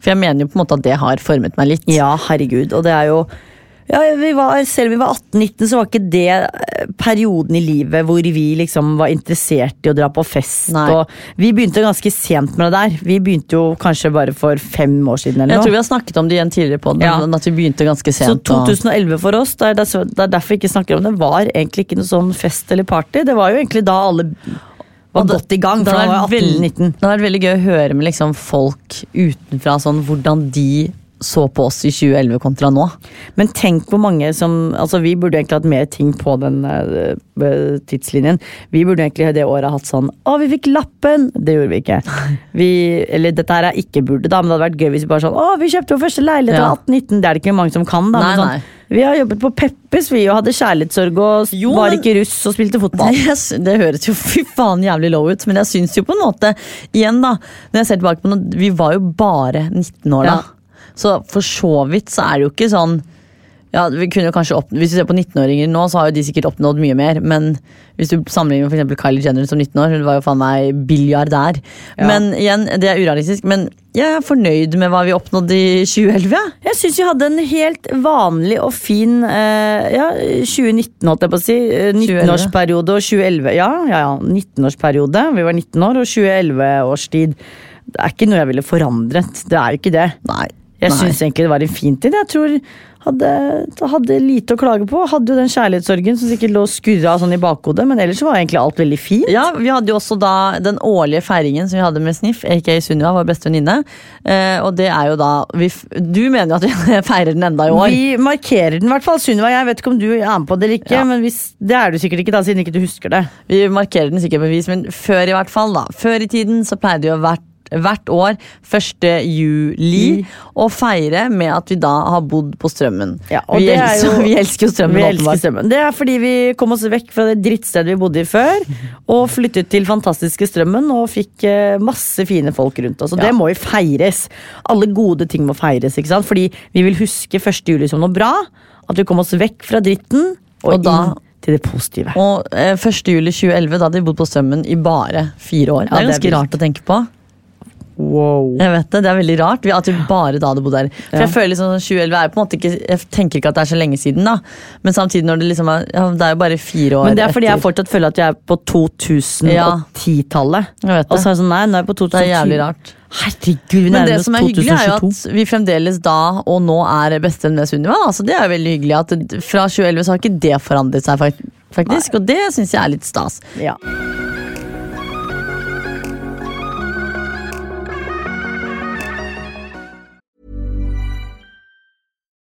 for jeg mener jo på en måte at det har formet meg litt.
Ja, herregud. Og det er jo Ja, vi var, selv om vi var 18-19, så var ikke det eh, perioden i livet hvor vi liksom var interessert i å dra på fest.
Nei.
Og vi begynte ganske sent med det der. Vi begynte jo kanskje bare for fem år siden. eller
Jeg
noe.
tror vi har snakket om det igjen tidligere på den,
Ja.
men at vi begynte ganske
Så
sent. og-
2011 for oss, det er, dess- det er derfor vi ikke snakker om det, var egentlig ikke noe sånn fest eller party. Det var jo egentlig da alle var
Og det-
godt i gang. For
det hadde
da var jeg
vært
18-19.
veld- Det hadde vært veldig gøy å høre med liksom folk utenfra sånn, hvordan de så på oss i 2011 kontra nå.
Men tenk hvor mange som Altså, vi burde egentlig hatt mer ting på den eh, eh, tidslinjen. Vi burde egentlig det året hatt sånn Å, vi fikk lappen! Det gjorde vi ikke. Vi, eller dette her er ikke burde, da, men det hadde vært gøy hvis vi bare sånn Å, vi kjøpte vår første leilighet da
Ja.
18-19. Det er det ikke mange som kan, da.
Nei,
men
nei.
sånn, vi har jobbet på Peppes, vi, og hadde kjærlighetssorg og
Jo,
var
men-
ikke russ og spilte fotball.
Jeg sy- det høres jo *laughs* fy faen jævlig low ut, men jeg syns jo på en måte Igjen, da. Når jeg ser tilbake på det, vi var jo bare 19 år da.
Ja.
Så for så vidt så er det jo ikke sånn ja, vi kunne jo kanskje opp, Hvis du ser på 19-åringer nå, så har jo de sikkert oppnådd mye mer. Men hvis du sammenligner med for eksempel Kylie Jenner som 19 år, hun var jo faen meg biljardær.
Ja.
Men igjen, det er urealistisk. Men jeg er fornøyd med hva vi oppnådde i 2011. jeg.
Jeg syns vi hadde en helt vanlig og fin eh, ja, 2019, holdt jeg på å si. eh, 19-årsperiode og 2011. Ja, ja, ja. 19-årsperiode. Vi var 19 år, og 2011-årstid. Det er ikke noe jeg ville forandret. Det er jo ikke det.
Nei.
Jeg
Nei.
syns egentlig det var en fin tid. Jeg tror hadde, hadde lite å klage på. Hadde jo den kjærlighetssorgen som sikkert lå og skurra sånn i bakhodet, men ellers var egentlig alt veldig fint.
Ja, Vi hadde jo også da den årlige feiringen som vi hadde med Sniff, aka Sunniva, vår beste venninne. Eh, og det er jo da vi, f- Du mener jo at vi *laughs* feirer den enda i år.
Vi markerer den i hvert fall. Sunniva, jeg vet ikke om du er med på det eller ikke,
Ja.
men hvis, det er du sikkert ikke, da, siden ikke du husker det.
Vi markerer den sikkert bevis, men før i hvert fall da Før i tiden så pleide vi å hvert, hvert år 1. juli
I.
å feire med at vi da har bodd på Strømmen.
Ja, og
vi,
det er
elsker,
jo-
*laughs* vi elsker jo Strømmen,
Vi elsker
åpenbart.
strømmen. Det er fordi vi kom oss vekk fra det drittstedet vi bodde i før, og flyttet til fantastiske Strømmen og fikk eh, masse fine folk rundt oss. Og det må jo feires. Alle gode ting må feires, ikke sant? fordi vi vil huske 1. juli som noe bra. At vi kom oss vekk fra dritten og,
Og da-
inn til det positive.
Og eh, 1. juli 2011, da hadde vi bodd på Strømmen i bare fire år.
Ja,
Det er
det er
ganske
vilt.
rart å tenke på.
Wow.
Jeg vet det, det er veldig rart vi- At vi bare da hadde bodd der For
Ja.
jeg føler liksom sånn 2011 er på en måte ikke Jeg tenker ikke at det er så lenge siden da Men samtidig når det liksom er ja, Det er jo bare fire år
Men det er fordi
etter.
jeg fortsatt føler at jeg er på 2010-tallet.
Jeg vet det.
Og så er jeg sånn, nei, nå er jeg på
Det er jævlig
2010.
rart
Herregud, vi
Men det
nærmer oss
som er hyggelig er jo
2022.
at vi fremdeles da og nå er bestevenn med Sunniva. da. Så det er jo veldig hyggelig at det- fra 2011 så har ikke det forandret seg, fak- faktisk. Og det syns jeg er litt stas.
Ja.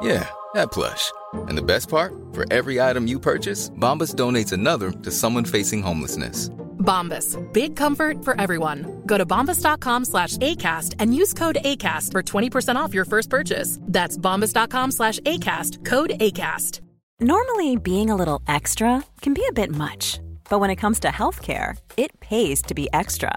Yeah, that plush. And the best part? For every item you purchase, Bombas donates another to someone facing homelessness.
Bombas. Big comfort for everyone. Go to bombas.com slash ACAST and use code ACAST for 20% off your first purchase. That's bombas.com slash ACAST. Code ACAST.
Normally, being a little extra can be a bit much, but when it comes to healthcare, it pays to be extra.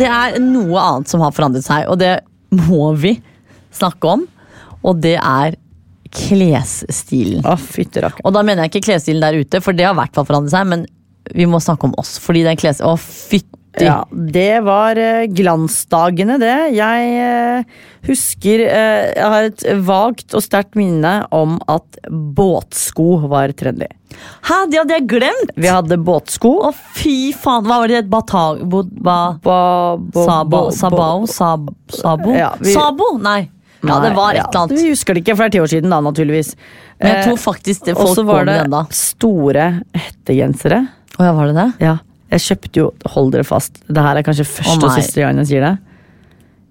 Det er noe annet som har forandret seg, og det må vi snakke om. Og det er klesstilen.
Å, fytterakker.
Og da mener jeg ikke klesstilen der ute, for det har i hvert fall forandret seg, men vi må snakke om oss. Fordi den kles... Å, fytti riktig.
Ja, det var eh, glansdagene, det. Jeg eh, husker eh, Jeg har et vagt og sterkt minne om at båtsko var trendy.
Hæ, det hadde jeg glemt!
Vi hadde båtsko.
Å, fy faen! Hva var det? Batag... Bo, ba,
Ba, ba,
sabo?
ba-
Sabao? Sab, sabo?
Ja, vi-
sabo? Nei. Ja, det var
Nei,
et eller
Vi
annet.
husker det ikke, for det er ti år siden, da, naturligvis.
Men jeg
Eh,
tror faktisk det,
og
folk
så
går
var
med
det
den da.
store hettegensere.
Å ja, var det det?
Ja. Jeg kjøpte jo Hold dere fast, det her er kanskje første
Å,
og
nei.
siste gang jeg sier det.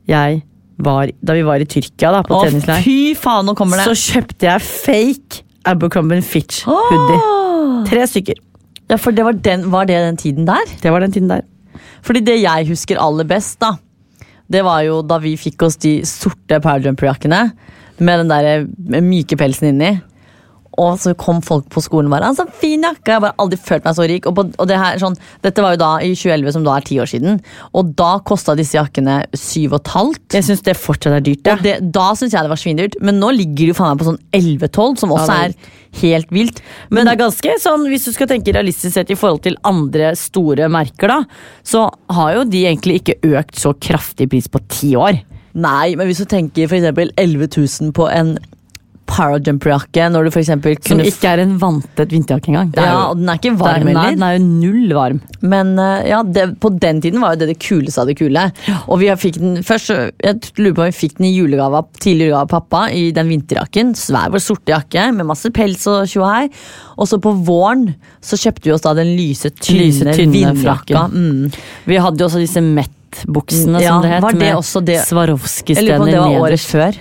Jeg var Da vi var i Tyrkia, da, på
Å,
treningsleir,
fy faen, nå kommer det!
så kjøpte jeg fake Abercrombie Fitch hoodie. Tre stykker.
Ja, for det var, den, var det den tiden der?
Det var den tiden der.
Fordi det jeg husker aller best, da, det var jo da vi fikk oss de sorte powerjumper-jakkene med den der eh, myke pelsen inni. Og så kom folk på skolen og bare 'Så fin jakke!' Jeg har bare aldri følt meg så rik. Og, på, og det her, sånn, dette var jo da i 2011, som da er ti år siden. Og da kosta disse jakkene syv og et halvt.
Jeg syns det fortsatt er dyrt. Ja.
Og det, da syns jeg det var svindyrt, men nå ligger det jo faen meg på sånn 11-12, som også
Ja, det er
er helt vilt.
Men det er ganske sånn, hvis du skal tenke realistisk sett i forhold til andre store merker, da, så har jo de egentlig ikke økt så kraftig i pris på ti år.
Nei, men hvis du tenker for eksempel 11 000 på en parajumper-jakke når du for eksempel
Som
kunne f-
ikke er en vanntett vinterjakke engang. Det er
Ja,
jo-
og den er ikke
det er-
varm
Nei, den
heller.
er jo null varm.
Men eh, ja, det, på den tiden var jo det det kuleste av det kule. Og vi fikk den først, så- jeg lurer på om vi fikk den i julegave, av- tidlig julegave av pappa i den vinterjakken. Svær vår sorte jakke med masse pels og tjohei. Og så på våren så kjøpte vi oss da den lyse, tynne,
Lyse, tynne
vindjakka.
frakken.
Mm.
Vi hadde jo også disse Met-buksene,
Ja,
som det het.
var det
med
også det- Jeg lurer på
Swarovski-stener
om det var året
nederst.
før.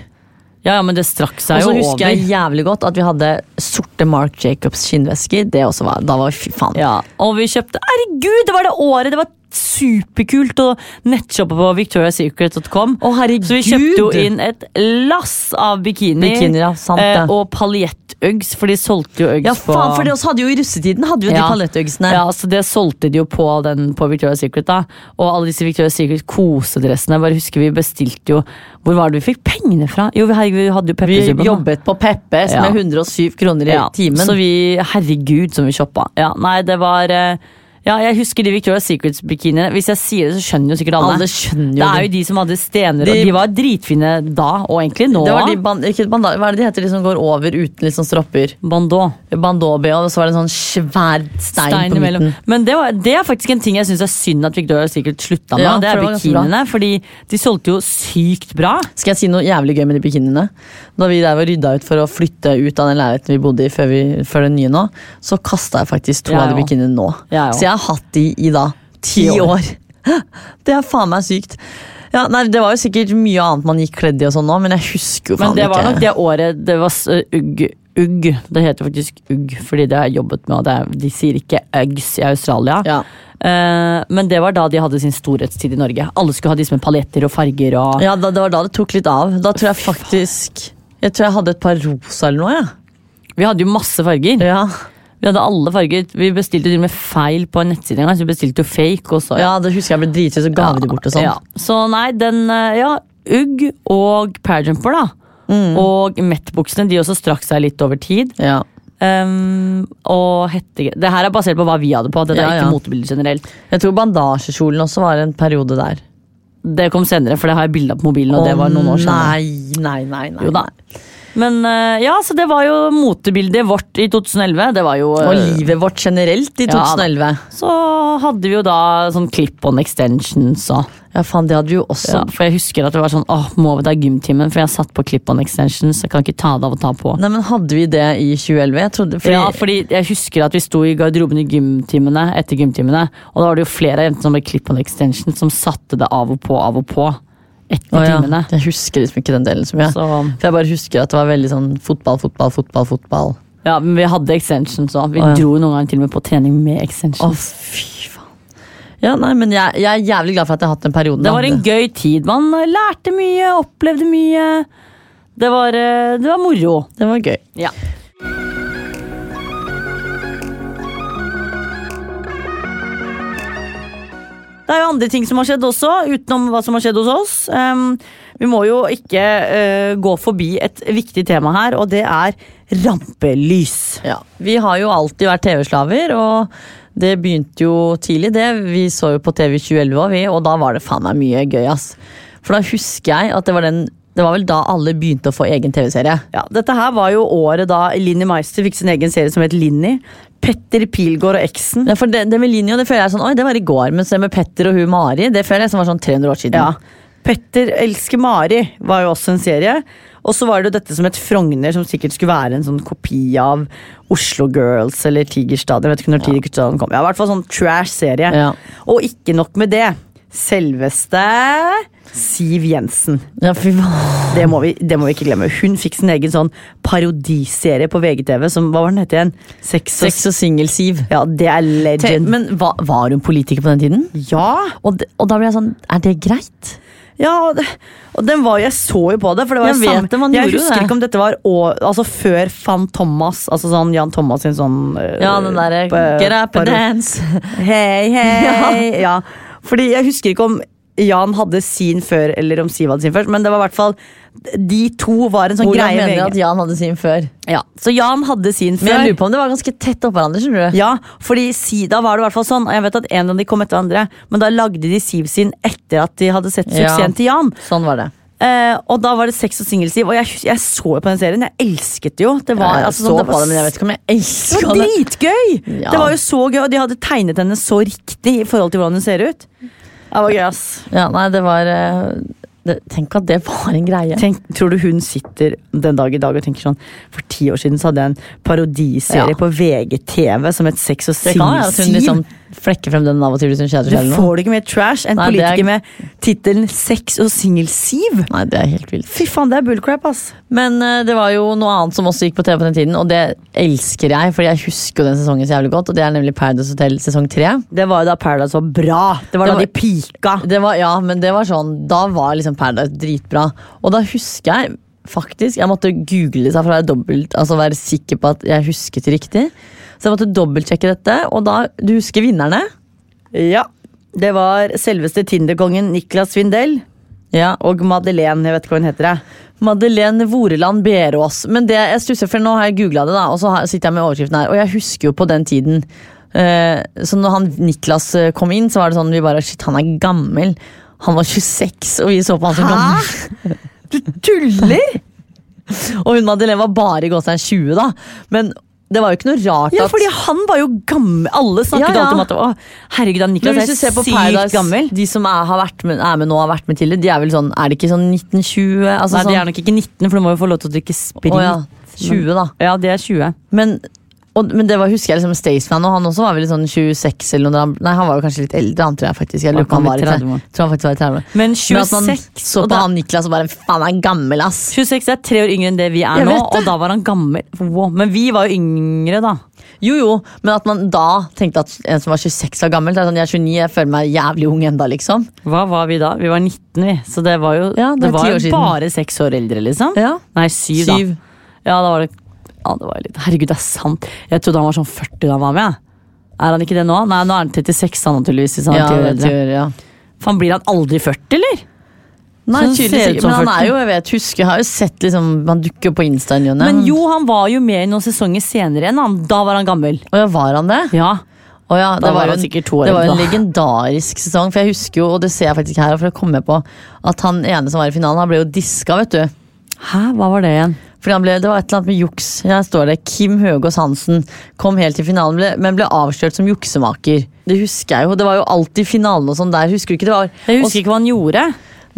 Ja, ja, men det strakk seg
Og
jo
så
over.
husker jeg jævlig godt at vi hadde sorte Mark Jacobs skinnvesker. Det også var, da var fy faen.
Ja, og vi kjøpte Herregud, det var det året! Det var superkult! Og nettshoppet på victoriasecret.com.
Å, herregud!
Så vi kjøpte jo inn et lass av bikini,
Bikini, ja, sant det.
eh, og paljettuggs, for de solgte jo uggs
Ja, faen, for det også hadde jo i russetiden hadde vi jo de paljettøgsene.
Ja, så det solgte de jo på, den, på Victoria's Secret. da Og alle disse Victoria's Secret kosedressene. Jeg bare husker Vi bestilte jo Hvor var det vi fikk pengene fra? Jo, vi, herregud, vi hadde jo
Vi
Peppers.
jobbet på Peppes
Ja.
med 107 kroner i
ja.
timen.
Så vi, herregud, som vi shoppa. Ja, nei, det var eh, Ja, jeg husker de Victoria's Secret-bikiniene. Hvis jeg sier det, så skjønner jo sikkert alle.
Alle skjønner jo
det er jo
det.
de som hadde stener,
De-
og de var dritfine da, og egentlig nå.
det var de ban ikke banda Hva er det de heter de som går over uten litt sånn stropper?
Bandå.
Bandå-bh, og så var det en sånn svær stein,
stein
på
imellom.
midten.
Men det, var, det er faktisk en ting jeg syns er synd at Victoria Secret slutta med.
Ja,
og det
for
er
det var ganske bra.
bikiniene, fordi de solgte jo sykt bra.
Skal jeg si noe jævlig gøy med de bikiniene? Da vi der var rydda ut for å flytte ut av den leiligheten vi bodde i før, vi, før den nye nå, så kasta jeg faktisk to
Jeg
av de
òg.
bikiniene nå.
Jeg òg.
så jeg har hatt de i da ti
Ti år.
år. *laughs* Det er faen meg sykt. Ja, nei, Det var jo sikkert mye annet man gikk kledd i og sånn nå, men jeg husker jo
Men
faen
det var
ikke.
nok det året det var s- ugg. Ugg. Det heter faktisk ugg, fordi det har jeg jobbet med. Og det er, de sier ikke uggs i Australia.
Ja.
Eh, men det var da de hadde sin storhetstid i Norge. Alle skulle ha disse med paljetter og farger. og...
Ja, da, det var da det tok litt av. Da tror jeg faktisk Jeg tror jeg hadde et par rosa eller noe, jeg.
Vi hadde jo masse farger.
Ja.
Vi hadde alle farger. Vi bestilte til og med feil på en nettside en gang. Så vi bestilte jo fake. Og så,
Ja. det husker jeg ble dritfint, så ga vi de bort og sånn.
Ja. Så nei, den eh, Ja, ugg og parajumper, da.
Mm.
Og Met-buksene. De også strakk seg litt over tid.
Ja.
Um, og hette... Det her er basert på hva vi hadde på. Dette
Ja,
er
ja.
ikke motebilder generelt.
Jeg tror bandasjekjolen også var en periode der.
Det kom senere, for det har jeg bilde av på mobilen, og det var noen år siden.
Nei, nei, nei, nei.
Jo da. Men eh, ja, så det var jo motebildet vårt i 2011. Det var jo eh,
Og livet vårt generelt i
Ja, da.
2011.
Så hadde vi jo da sånn clip-on extensions og
Ja, faen, det hadde vi jo også.
ja, For jeg husker at det var sånn åh, må vi ta gymtimen? For jeg satt på clip-on extensions, jeg kan ikke ta det av og ta på.
Nei, men hadde vi det i 2011? Jeg trodde, fordi,
ja, fordi jeg husker at vi sto i garderoben i gymtimene etter gymtimene, og da var det jo flere av jentene som ble clip-on extension, som satte det av og på, av og på etter
Å, ja.
timene.
Jeg husker liksom ikke den delen så mye.
Så
For jeg bare husker at det var veldig sånn fotball, fotball, fotball, fotball.
ja, men vi hadde extensions òg. Vi
Å, ja.
dro jo noen ganger til og med på trening med
Å,
extensions.
fy faen. Ja, nei, men jeg, jeg er jævlig glad for at jeg har hatt den perioden.
Det var en gøy tid. Man lærte mye, opplevde mye. Det var, eh, det var moro.
det var gøy.
Ja. Det er jo andre ting som har skjedd også, utenom hva som har skjedd hos oss. Ehm, vi må jo ikke eh, gå forbi et viktig tema her, og det er rampelys.
Ja. Vi har jo alltid vært TV-slaver, og det begynte jo tidlig, det. Vi så jo på TV i 2011 også, vi, og da var det faen meg mye gøy, ass. For da husker jeg at det var den Det var vel da alle begynte å få egen TV-serie.
Ja, dette her var jo året da Linni Meister fikk sin egen serie som het Linni. Petter Pilgaard og eksen.
Ja, for det, det med Linja, det føler jeg er sånn Oi, det var i går. Mens det med Petter og hun Mari, det føler jeg som var sånn 300 år siden.
Ja. Petter elsker Mari var jo også en serie. Og så var det jo dette som het Frogner, som sikkert skulle være en sånn kopi av Oslo Girls eller Tigerstad. Jeg vet ikke når Tigerstaden kom. Ja, I hvert fall sånn trash serie.
Ja.
Og ikke nok med det. Selveste Siv Jensen.
Ja, fy faen.
Det må, vi, det må vi ikke glemme. Hun fikk sin egen sånn parodiserie på VGTV. Som, hva var den het igjen? Sex og
Sex og singel-Siv.
Ja, det er
Te-
legend.
Men hva, var hun politiker på den tiden?
ja,
Og, d- og da ble jeg sånn, er det greit?
Ja, og det- og den var, jeg så jo på det. For det var
Jeg
jo
vet
samme-
det, man
jeg
gjorde jo
husker
det.
ikke om dette var å, altså før Fan Thomas. Altså sånn Jan Thomas sin sånn eh,
Ja, den derre
pa-
Get up
paro-
and dance.
Hei, hei. *laughs* Ja. Fordi jeg husker ikke om Jan hadde sin før, eller om Siv hadde sin først, men det var i hvert fall de to var en sånn
Hvordan
greie.
mener du
med-
at Jan hadde sin før?
ja. Så Jan hadde sin
Men jeg
før.
lurer på om det var ganske tett oppå hverandre. skjønner du?
Ja, fordi si, da var det i hvert fall sånn, og jeg vet at en av de kom etter andre, men da lagde de Siv sin etter at de hadde sett
Ja.
suksessen til Jan.
Sånn var det.
Eh, og da var det sex og singelsiv. Og jeg, hus- jeg så jo på den serien. Jeg elsket det jo. Det var,
jeg
altså,
Eh, så
sånn, det
på
var,
det, men jeg vet ikke om jeg
det
elska
var
det.
dritgøy!
Ja.
Det var jo så gøy, og de hadde tegnet henne så riktig i forhold til hvordan hun ser ut. Det var gøy, ass.
Ja, nei, det var eh, det, Tenk at det var en greie.
Tenk, tror du hun sitter den dag i dag og tenker sånn For ti år siden så hadde jeg en parodiserie
Ja.
på VGTV som het Sex og
Det kan være at hun
singelsiv.
liksom flekker frem den av og til hvis hun kjeder
Du
seg. eller noe.
får det ikke mer trash enn
Nei, det er-
politiker med tittelen Sex og singelsiv.
Nei, det er helt vilt.
Fy faen, det er bullcrap, ass.
Men eh, det var jo noe annet som også gikk på TV på den tiden, og det elsker jeg, for jeg husker jo den sesongen så jævlig godt, og det er nemlig Paradise Hotel sesong tre.
Det var jo da Paradise var bra. Det var
Det
da
var-
de pika.
Det var, ja, men det var sånn Da var liksom Paradise dritbra. Og da husker jeg faktisk Jeg måtte google seg for å være, dobbelt, altså være sikker på at jeg husket riktig. Så jeg måtte dobbeltsjekke dette, og da Du husker vinnerne?
Ja. Det var selveste Tinder-kongen Niklas Svindel
Ja, og
og Madeleine, jeg vet ikke hva hun heter. Jeg.
Madeleine Voreland Berås. Men det jeg stusser for nå har jeg googla det, da, og så har- sitter jeg med overskriften her. Og jeg husker jo på den tiden eh, Så når han Niklas eh, kom inn, så var det sånn vi bare Shit, han er gammel. Han var 26, og vi så på han som gammel.
Tuller?!
*laughs* Og hun Madeleine var bare i gåsetegn 20, da. Men det var jo ikke noe rart
Ja,
at
fordi han var jo gammel. Alle snakket
Ja, ja.
alltid om at å, herregud, han
Men
Niklas
hvis
er
du ser på
sykt
Paradise,
gammel.
de som er, har vært med, er med nå og har vært med tidligere, de er vel sånn Er det ikke sånn 1920? Altså
Nei,
sånn,
de er nok ikke 19, for de må jo få lov til å drikke sprit.
Å ja, 20, da.
Ja, de er 20.
Men, og, men det var, husker jeg liksom Staysman, og han også var vel sånn 26 eller noe. da- Nei, han var jo kanskje litt eldre, han tror jeg faktisk. Jeg lurer på om
Han
han var i
var litt
30. år. Tror han faktisk var i 30. år.
Men
Men at man
26
så
og
på
da-
han Niklas og bare Faen, han er gammel, ass!
26 er tre år yngre enn det vi er
Jeg
nå,
vet det.
og da var han gammel. Wow. Men vi var jo yngre, da.
Jo, jo, men at man da tenkte at en som var 26 var gammel. Det er sånn, jeg er 29, jeg føler meg jævlig ung enda, liksom.
Hva var vi da? Vi var 19, vi. Så det var jo,
Ja, det er
det var
ti
jo
år siden.
bare seks år eldre, liksom.
Ja.
Nei, syv,
Syv.
da. Ja, da var det, ja, det var litt Herregud, det er sant! Jeg trodde han var sånn 40 da han var med. Er han ikke det nå? Nei, nå er han 36, han naturligvis. Hvis han
Ja,
er ti år
det
eldre.
gjør, ja.
Faen, blir han aldri 40, eller?
Nei,
Så det ser
tydeligvis
ut
ikke.
som
Men han
40.
er jo, jeg vet, husker, jeg har jo sett liksom, han dukker på Insta igjen.
Men jo, han var jo med i noen sesonger senere enn han. Da var han gammel.
Å ja, var han det?
Ja.
Å ja, det
Da var
jo
han
en-
sikkert to år
Det var jo en
eldre.
legendarisk sesong, for jeg husker jo, og det ser jeg faktisk ikke her, for det kom jeg på, at han ene som var i finalen, han ble jo diska, vet du.
Hæ, hva var det igjen?
Fordi han ble, Det var et eller annet med juks. Her står det Kim Høgås Hansen kom helt til finalen, ble, men ble avslørt som juksemaker. Det husker jeg jo. Det var jo alltid finalen og sånn der. Husker du ikke det var
Jeg husker ikke hva han gjorde.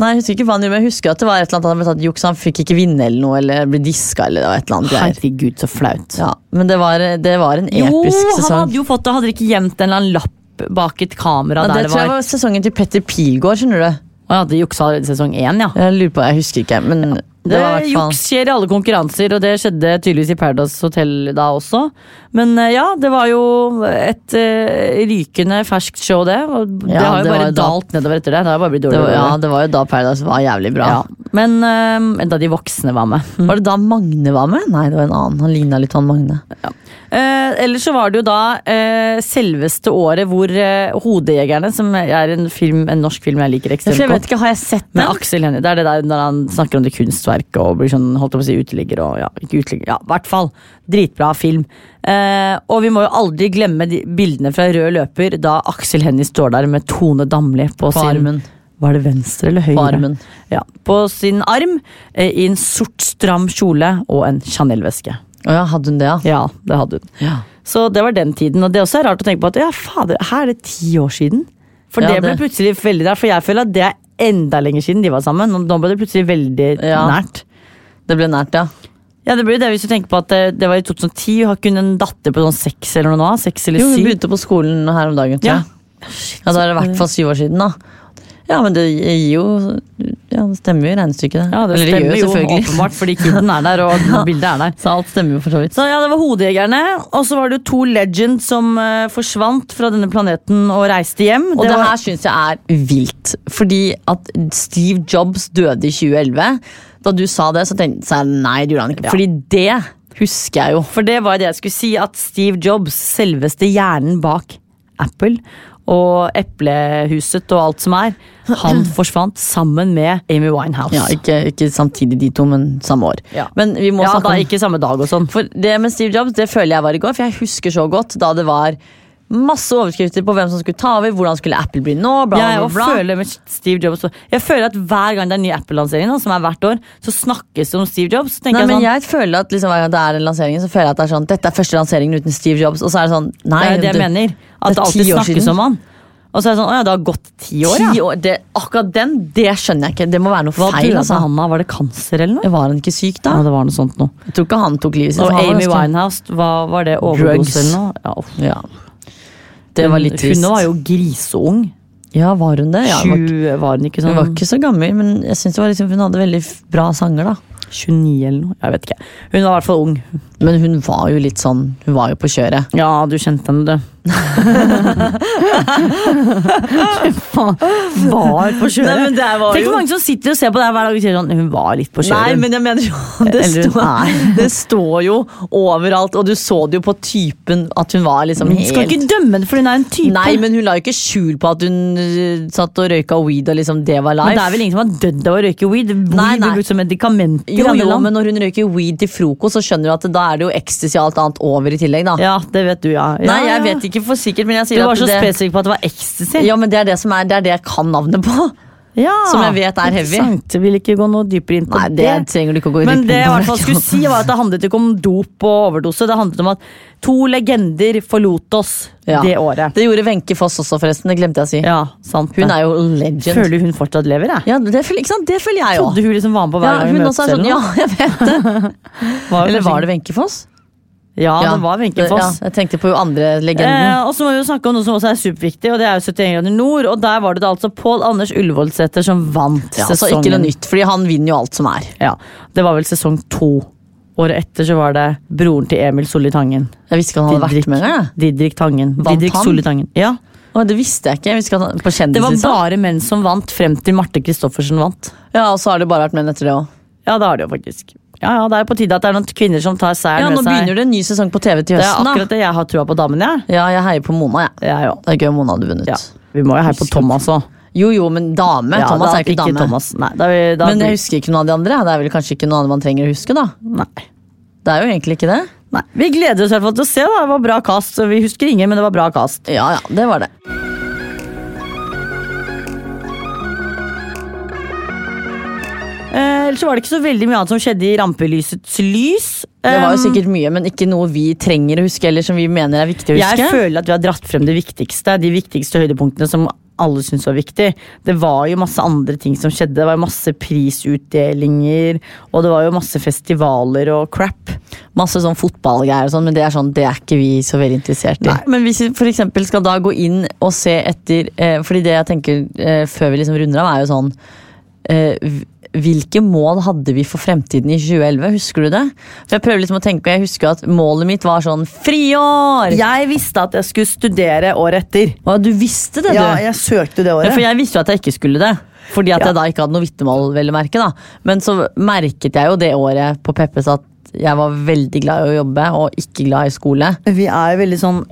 Nei, jeg husker ikke hva han gjorde, men jeg husker at det var et eller annet han ble tatt i juks, han fikk ikke vinne eller noe, eller ble diska eller det var et eller annet. greier.
Herregud, så flaut.
Ja, men det var, det var en
Jo,
episk
han
sesong.
hadde jo fått det. Hadde de ikke gjemt en eller annen lapp bak et kamera
Ja, det
der det
tror jeg var sesongen til Petter Pilgaard, skjønner du.
Å ja, det juksa allerede i sesong én, ja.
Jeg lurer på, jeg husker ikke, men det,
Det
var i hvert
Juks skjer i alle konkurranser, og det skjedde tydeligvis i Paradise Hotel da også. Men eh, ja, det var jo et eh, rykende ferskt show, det. Og det
Ja,
har jo
det var
bare
jo da-
dalt nedover etter det. Det har jo bare blitt
fall det
dårligere. og
var, Ja,
dårligere.
det var jo da Paradise var jævlig bra.
Ja, Men eh, da de voksne var med.
Var det da Magne var med? Nei, det var en annen. Han ligna litt på han Magne.
Eh, ellers så var det jo da eh, selveste året hvor eh, Hodejegerne, som er en, film, en norsk film jeg liker ekstremt
For jeg
godt
vet ikke, Har jeg sett
med
den?
Aksel Hennie. Det er det der når han snakker om det kunstverket og blir sånn, holdt jeg på å si, uteligger og ja, ikke uteligger. Ja, i hvert fall. Dritbra film. Eh, og vi må jo aldri glemme de bildene fra Rød løper da Aksel Hennie står der med Tone Damli på,
På
sin
armen.
Var det venstre eller høyre?
På armen.
Ja, på sin arm, eh, i en sort, stram kjole og en Chanel-veske.
Å ja, hadde hun det, ja?
Ja, det hadde hun.
Ja.
Så det var den tiden. Og det også er rart å tenke på at ja, fader, her er det ti år siden. For
Ja,
det ble
det-
plutselig veldig rart, for jeg føler at det er enda lenger siden de var sammen. Nå- Nå ble det plutselig veldig
Ja.
nært.
Det ble nært, ja.
Ja, det blir jo det hvis du tenker på at det, det var i 2010, har kun en datter på sånn seks eller noe nå? Seks eller
Jo, hun
syv?
begynte på skolen her om dagen. tror
Ja.
jeg. ja, Da er det i hvert fall syv år siden, da. Ja, men det gir jo Ja, det stemmer jo i regnestykket, det.
Ja, det
Eller gjør
stemmer jo
selvfølgelig.
åpenbart, fordi kiden er der, *laughs* og bildet er der.
*laughs* Så alt stemmer jo for så vidt.
Så ja, det var Hodejegerne, og så var det jo to legends som eh, forsvant fra denne planeten og reiste hjem.
Og det,
var-
her syns jeg er vilt. Fordi at Steve Jobs døde i 2011. Da du sa det, så tenkte jeg nei, det gjorde han ikke. Fordi det husker jeg jo.
For det var det jeg skulle si, at Steve Jobs, selveste hjernen bak Apple og eplehuset og alt som er,
*clears throat*
han forsvant sammen med Amy Winehouse.
Ja, ikke, ikke samtidig de to, men samme år.
Ja.
Men vi må
Ja,
snakke
da
om
ikke samme dag og sånn.
For det med Steve Jobs, det føler jeg var i går, for jeg husker så godt da det var masse overskrifter på hvem som skulle ta over, hvordan skulle Apple bli nå, bla,
Jeg,
bla,
og
bla.
føler med Steve Jobs Jeg føler at hver gang det er en ny Apple-lansering, nå, som er hvert år, så snakkes det om Steve Jobs. Så tenker
Nei, men
jeg sånn,
jeg føler at liksom, hver gang det er en lansering, så føler jeg at det er sånn Dette er første lanseringen uten Steve Jobs, og så er det sånn Nei,
Det er jo det jeg
du-
mener. At
det er
det alltid
ti år
snakkes
siden.
om han. Og så er det sånn, å ja, det har gått ti år,
Ti
ja.
år, det, akkurat den, det skjønner jeg ikke. Det må være noe
Hva
feil.
døde
Altså.
han av? Var det kanser eller noe?
Var han ikke syk da?
Ja, det var noe sånt noe.
Jeg tror ikke han tok livet sitt.
Og
han var
Amy
ganske-
Winehouse, hva var det?
Drugs.
Overdose eller noe? Ja, uff.
Ja. Det var litt trist.
Hun var jo griseung.
Ja, var hun det? Ja, hun, var,
Sju var hun ikke
hun
sånn?
var ikke så gammel, men jeg synes det var liksom, hun hadde veldig f- bra sanger, da.
29 eller noe? Jeg vet ikke. Hun var i hvert fall ung.
Men hun var jo litt sånn Hun var jo på kjøret.
Ja, du kjente henne, du. var på kjøret.
Nei, men det var
Tenk
jo-
hvor mange som sitter og ser på det her hver dag og sier sånn Hun var litt på kjøret.
Nei, men jeg mener jo det,
Eller hun
står,
er.
*laughs* det står jo overalt, og du så det jo på typen at hun var liksom
Du skal ikke
helt
dømme henne, for hun er en type.
Nei, men hun la jo ikke skjul på at hun øh, satt og røyka weed og liksom det var life.
Men det er vel ingen som har dødd av å røyke weed? Weed
Nei, nei.
blir brukt som medikament i
jo,
andre
jo,
land.
men når hun røyker weed til frokost, så skjønner du at da er det jo ecstasy og alt annet over i tillegg, da.
Ja, det vet du, ja. ja
Nei, jeg
ja.
vet ikke for sikkert, men
Du
jeg sier
var
at
så
det
spesifikk på at det var ecstasy.
Ja, men det er det som er Det er det jeg kan navnet på.
Ja,
Som jeg vet er heavy.
Interessant. Vil ikke gå noe dypere inn på
Nei, det trenger du ikke å gå dypere
Men
inn
det jeg i
på,
hvert fall
det
skulle
kan-
si var at det handlet ikke om dop og overdose. Det handlet om at to legender forlot oss
Ja.
det året.
Det gjorde Wenche Foss også, forresten. Det glemte jeg å si.
Ja, sant
Hun
det.
er jo legend.
Føler hun fortsatt lever, jeg.
Ja, det føler, ikke sant? Det føler jeg
Trodde
òg.
hun liksom var med på
Ja,
hver gang vi
hun
møtes
også er sånn, ja,
noe.
jeg vet
Var
Eller
kanskje-
var det Wenche Foss?
Ja, det var Wenche Foss.
Ja, jeg tenkte på jo andre legenden.
Eh, og så må vi jo snakke om noe som også er superviktig, og det er jo 71 grader nord. Og der var det da altså Pål Anders Ullevålsæter som vant
Ja, så
sesongen.
altså, ikke noe nytt, fordi han vinner jo alt som er.
Ja, Det var vel sesong to. Året etter så var det broren til Emil Solli Tangen.
Jeg visste ikke han hadde
Didrik-
vært med engang. jeg.
Didrik Tangen.
Vant
Didrik
han?
Solli Tangen. Ja.
Å, Det visste jeg ikke. Jeg visste ikke at han, på
Det var
kjendislista.
bare menn som vant, frem til Marte Christoffersen vant.
Ja, og så har det bare vært menn etter det òg.
Ja, det har det jo faktisk. Ja, ja, Det er på tide at det er noen kvinner som tar seieren
Ja, nå
med seg.
begynner det en ny sesong på TV til
Det er
høsten,
akkurat
da.
det jeg har trua på damene, jeg.
Ja, jeg heier på Mona, jeg.
Ja. Ja,
Det er gøy om Mona hadde vunnet.
ja. Vi må jo heie på Thomas òg.
Jo jo, men dame.
Ja,
Thomas
da-
er jo ikke dame.
Thomas. Nei, da, vi- da,
Men jeg
blir-
husker ikke noen av de andre. Det er vel kanskje ikke noe annet man trenger å huske, da.
nei.
Det er jo egentlig ikke det.
nei. Vi gleder oss i hvert fall til å se. da Det var bra kast. Vi husker ingen, men det var bra kast.
Ja ja, det var det.
Eh, ellers så var det ikke så veldig mye annet som skjedde i rampelysets lys.
Det
Um,
var jo sikkert mye, men ikke noe vi trenger å huske, eller som vi mener er viktig å huske.
Jeg føler at vi har dratt frem det viktigste, de viktigste høydepunktene som alle syntes var viktig. Det var jo masse andre ting som skjedde. Det var jo masse prisutdelinger, og det var jo masse festivaler og crap.
Masse sånn fotballgreier og sånn, men det er sånn, det er ikke vi så veldig interessert i.
Nei.
Men hvis vi for eksempel skal da gå inn og se etter eh, Fordi det jeg tenker eh, før vi liksom runder av, er jo sånn eh, v- hvilke mål hadde vi for fremtiden i 2011? Husker du det? For Jeg prøver liksom å tenke, og jeg husker at målet mitt var sånn friår!
Jeg visste at jeg skulle studere året etter.
Og du visste det, du!
Ja, jeg søkte det
Ja,
året.
for jeg visste jo at jeg ikke skulle det. Fordi at
Ja.
jeg da ikke hadde noe vitnemål, vel å merke. da. Men så merket jeg jo det året på Peppes at jeg var veldig glad i å jobbe, og ikke glad i skole.
Vi er jo veldig sånn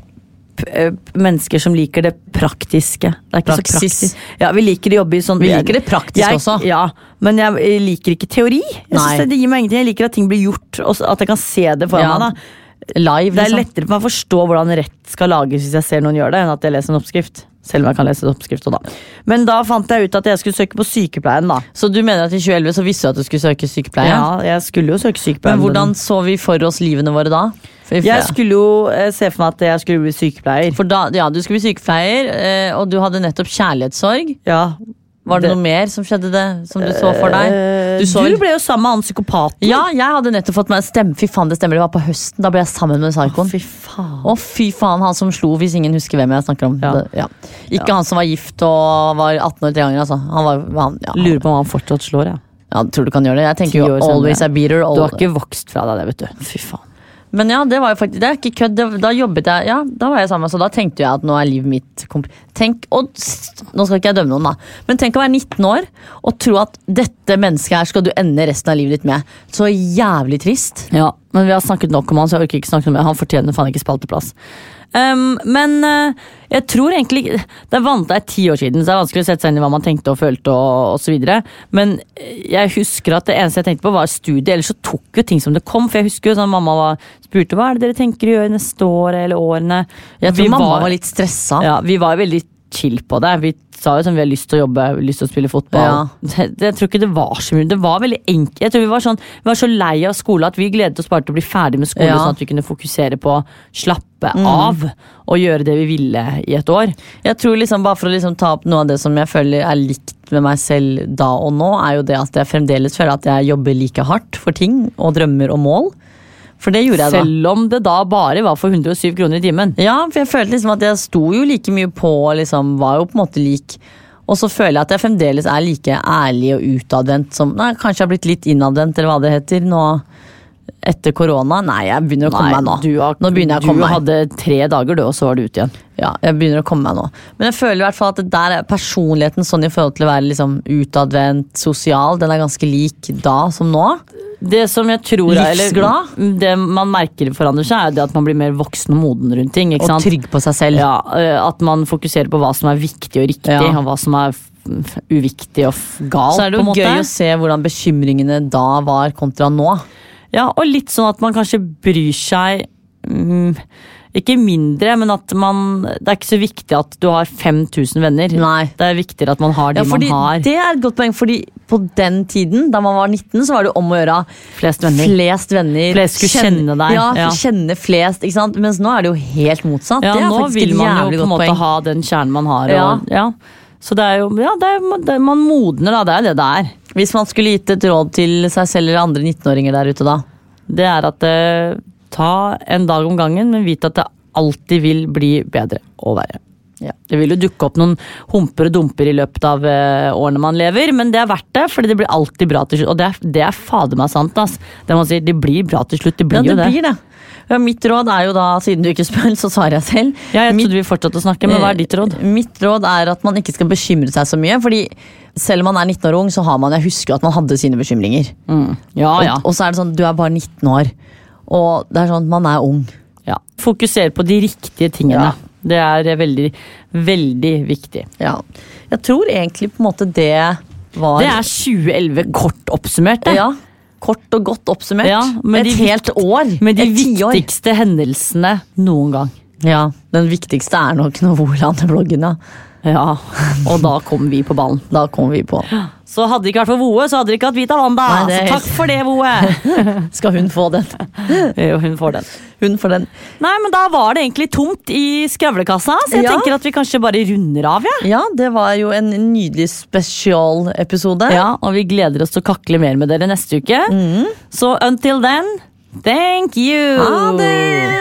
p- eh, mennesker som liker det praktiske. Det er ikke
Praksis.
så praktisk. Ja, vi liker å jobbe i sånn
Vi liker det praktiske
jeg,
også.
Ja, men jeg eh, liker ikke teori. Jeg
Nei.
synes det- Det gir meg ingenting. Jeg liker at ting blir gjort, og så- at jeg kan se det for
Ja,
meg. da.
Live,
Det er
liksom.
lettere for meg å forstå hvordan rett skal lages hvis jeg ser noen gjøre det, enn at jeg leser en oppskrift. Selv om jeg kan lese en oppskrift også, da. Men da fant jeg ut at jeg skulle søke på sykepleien, da.
Så du mener at i 2011 så visste du at du skulle søke sykepleie?
Ja, jeg skulle jo søke sykepleien.
Men hvordan så vi for oss livene våre da? For,
Jeg skulle jo eh, se for meg at jeg skulle bli sykepleier.
for da, ja, Du skulle bli sykepleier, eh, og du hadde nettopp kjærlighetssorg.
Ja.
Var det,
Det-
noe mer som skjedde det, som du så for deg?
Eh,
så-
du ble jo sammen med han psykopaten.
Ja, jeg hadde nettopp fått meg stemme. Fy faen, det stemmer. Det var på høsten. Da ble jeg sammen med psykoen.
Fy faen.
Å, fy faen, han som slo, hvis ingen husker hvem jeg snakker om.
Ja.
Det, ja. Ikke han som var gift og var 18 år tre ganger, altså. Han var, han, ja,
Lurer på om han fortsatt slår, jeg.
ja, tror du kan gjøre det. Jeg
Ti
tenker jo
år senere.
always a beater.
Du har
All...
ikke vokst fra deg det, vet du. Fy faen.
Men ja, det var jo faktisk, det er ikke kødd. Det- Da jobbet jeg, ja, da var jeg sammen, så da tenkte jeg at nå er livet mitt komp... Tenk, og s- nå skal ikke jeg dømme noen da, men tenk å være 19 år og tro at dette mennesket her skal du ende resten av livet ditt med. Så jævlig trist.
Ja, men vi har snakket nok om han, så jeg orker ikke snakke noe mer. Han fortjener faen ikke spalteplass. Ehm, men eh, jeg tror egentlig Det er vant det er ti år siden, så det er vanskelig å sette seg inn i hva man tenkte og følte. og, og så videre. Men eh, jeg husker at det eneste jeg tenkte på, var studie. Ellers så tok jo ting som det kom. For jeg husker jo sånn mamma var, spurte hva er det dere tenker å gjøre neste år eller årene.
Jeg tror
Vi
mamma var, litt stressa.
ja, vi var veldig chill på det. Vi sa jo sånn, vi har lyst til å jobbe, vi har lyst til å spille fotball.
Ja.
*laughs* Det, det- jeg tror ikke det var så mye. Det var veldig enkelt. Jeg tror Vi var, sånn, vi var så lei av skole at vi gledet oss bare til å bli ferdig med skole,
Ja. Mm.
sånn at vi kunne fokusere på å slappe av og gjøre det vi ville i et år.
Jeg tror liksom Bare for å liksom ta opp noe av det som jeg føler er likt med meg selv da og nå, er jo det at jeg fremdeles føler at jeg jobber like hardt for ting og drømmer og mål. For det gjorde jeg da.
Selv om det da bare var for 107 kroner i timen.
Ja, for jeg følte liksom at jeg sto jo like mye på og liksom var jo på en måte lik. Og så føler jeg at jeg fremdeles er like ærlig og utadvendt som Nei, kanskje jeg har blitt litt innadvendt, eller hva det heter, nå etter korona. Nei, jeg begynner å komme meg nå.
Du, har,
nå begynner jeg
du
å komme meg.
hadde tre dager, du, og så var du ute igjen.
Ja, jeg begynner å komme meg nå. Men jeg føler i hvert fall at det der er personligheten sånn i forhold til å være liksom utadvendt, sosial, den er ganske lik da som nå.
Det som jeg tror er- eller
Livsglad?
Det man merker forandrer seg, er jo det at man blir mer voksen og moden rundt ting. Ikke
Og
sant?
trygg på seg selv.
Ja, eh, At man fokuserer på hva som er viktig og riktig,
Ja.
og hva som er f- uviktig og f- galt.
Så er det
på en
jo
måte.
gøy å se hvordan bekymringene da var kontra nå.
Ja, Og litt sånn at man kanskje bryr seg mm, Ikke mindre, men at man Det er ikke så viktig at du har 5000 venner.
Nei.
Det er viktigere at man har de
Ja, fordi,
man har.
det er et godt poeng, fordi på den tiden, da man var 19, så var det om å gjøre
Flest venner.
Flest venner.
Flest skulle kjenne deg.
Ja,
Ja.
kjenne flest, ikke sant? Mens nå er det jo helt motsatt.
ja,
det er
nå
faktisk
vil
et
man jo
jævlig
på en
godt
måte
poeng.
ha den kjernen man har.
Ja.
Og, ja. Så det er jo Ja, det er, det er, man modner, da. Det er jo det det er.
Hvis man skulle gitt et råd til seg selv eller andre 19-åringer der ute, da?
Det er at eh, ta en dag om gangen, men vit at det alltid vil bli bedre å være.
Ja.
Det vil jo dukke opp noen humper og dumper i løpet av eh, årene man lever, men det er verdt det, fordi det blir alltid bra til slutt. Og det er, det er fader meg sant, ass. Det man sier, det blir bra til slutt. Det blir
Ja, det
jo det.
blir det. Ja, mitt råd er jo da, siden du ikke spør, så svarer jeg selv.
Ja, jeg
mitt,
trodde vi fortsatte å snakke, men hva er ditt råd?
Eh, Mitt råd er at man ikke skal bekymre seg så mye. fordi selv om man er 19 år ung, så har man, jeg husker jo at man hadde sine bekymringer.
Ja,
Og,
ja.
og så er det sånn, du er bare 19 år. Og det er sånn, man er ung.
ja. Fokuser på de riktige tingene.
Ja.
Det er eh, veldig, veldig viktig.
Ja. Jeg tror egentlig på en måte det var
Det er 2011 kort oppsummert, det.
ja, kort og godt oppsummert.
Ja, med
Et
de
helt år.
Med de
et tiår.
viktigste hendelsene noen gang.
Ja, den viktigste er nok Novoland-bloggen, ja.
Ja, og da kom vi på ballen.
Da kom vi på.
Så hadde det ikke vært for Voe, så hadde det ikke hatt Vita Wanda.
Nei, det er
Så takk for det,
*laughs*
Voe.
Skal hun få *laughs* den?
Jo, Hun får den.
Hun får den.
Nei, men da var det egentlig tomt i skravlekassa, så jeg
Ja.
tenker at vi kanskje bare runder av, jeg.
Ja, det var jo en nydelig spesialepisode. Mm.
Ja. og vi gleder oss til å kakle mer med dere neste uke. Så until then, thank you!
Ha det!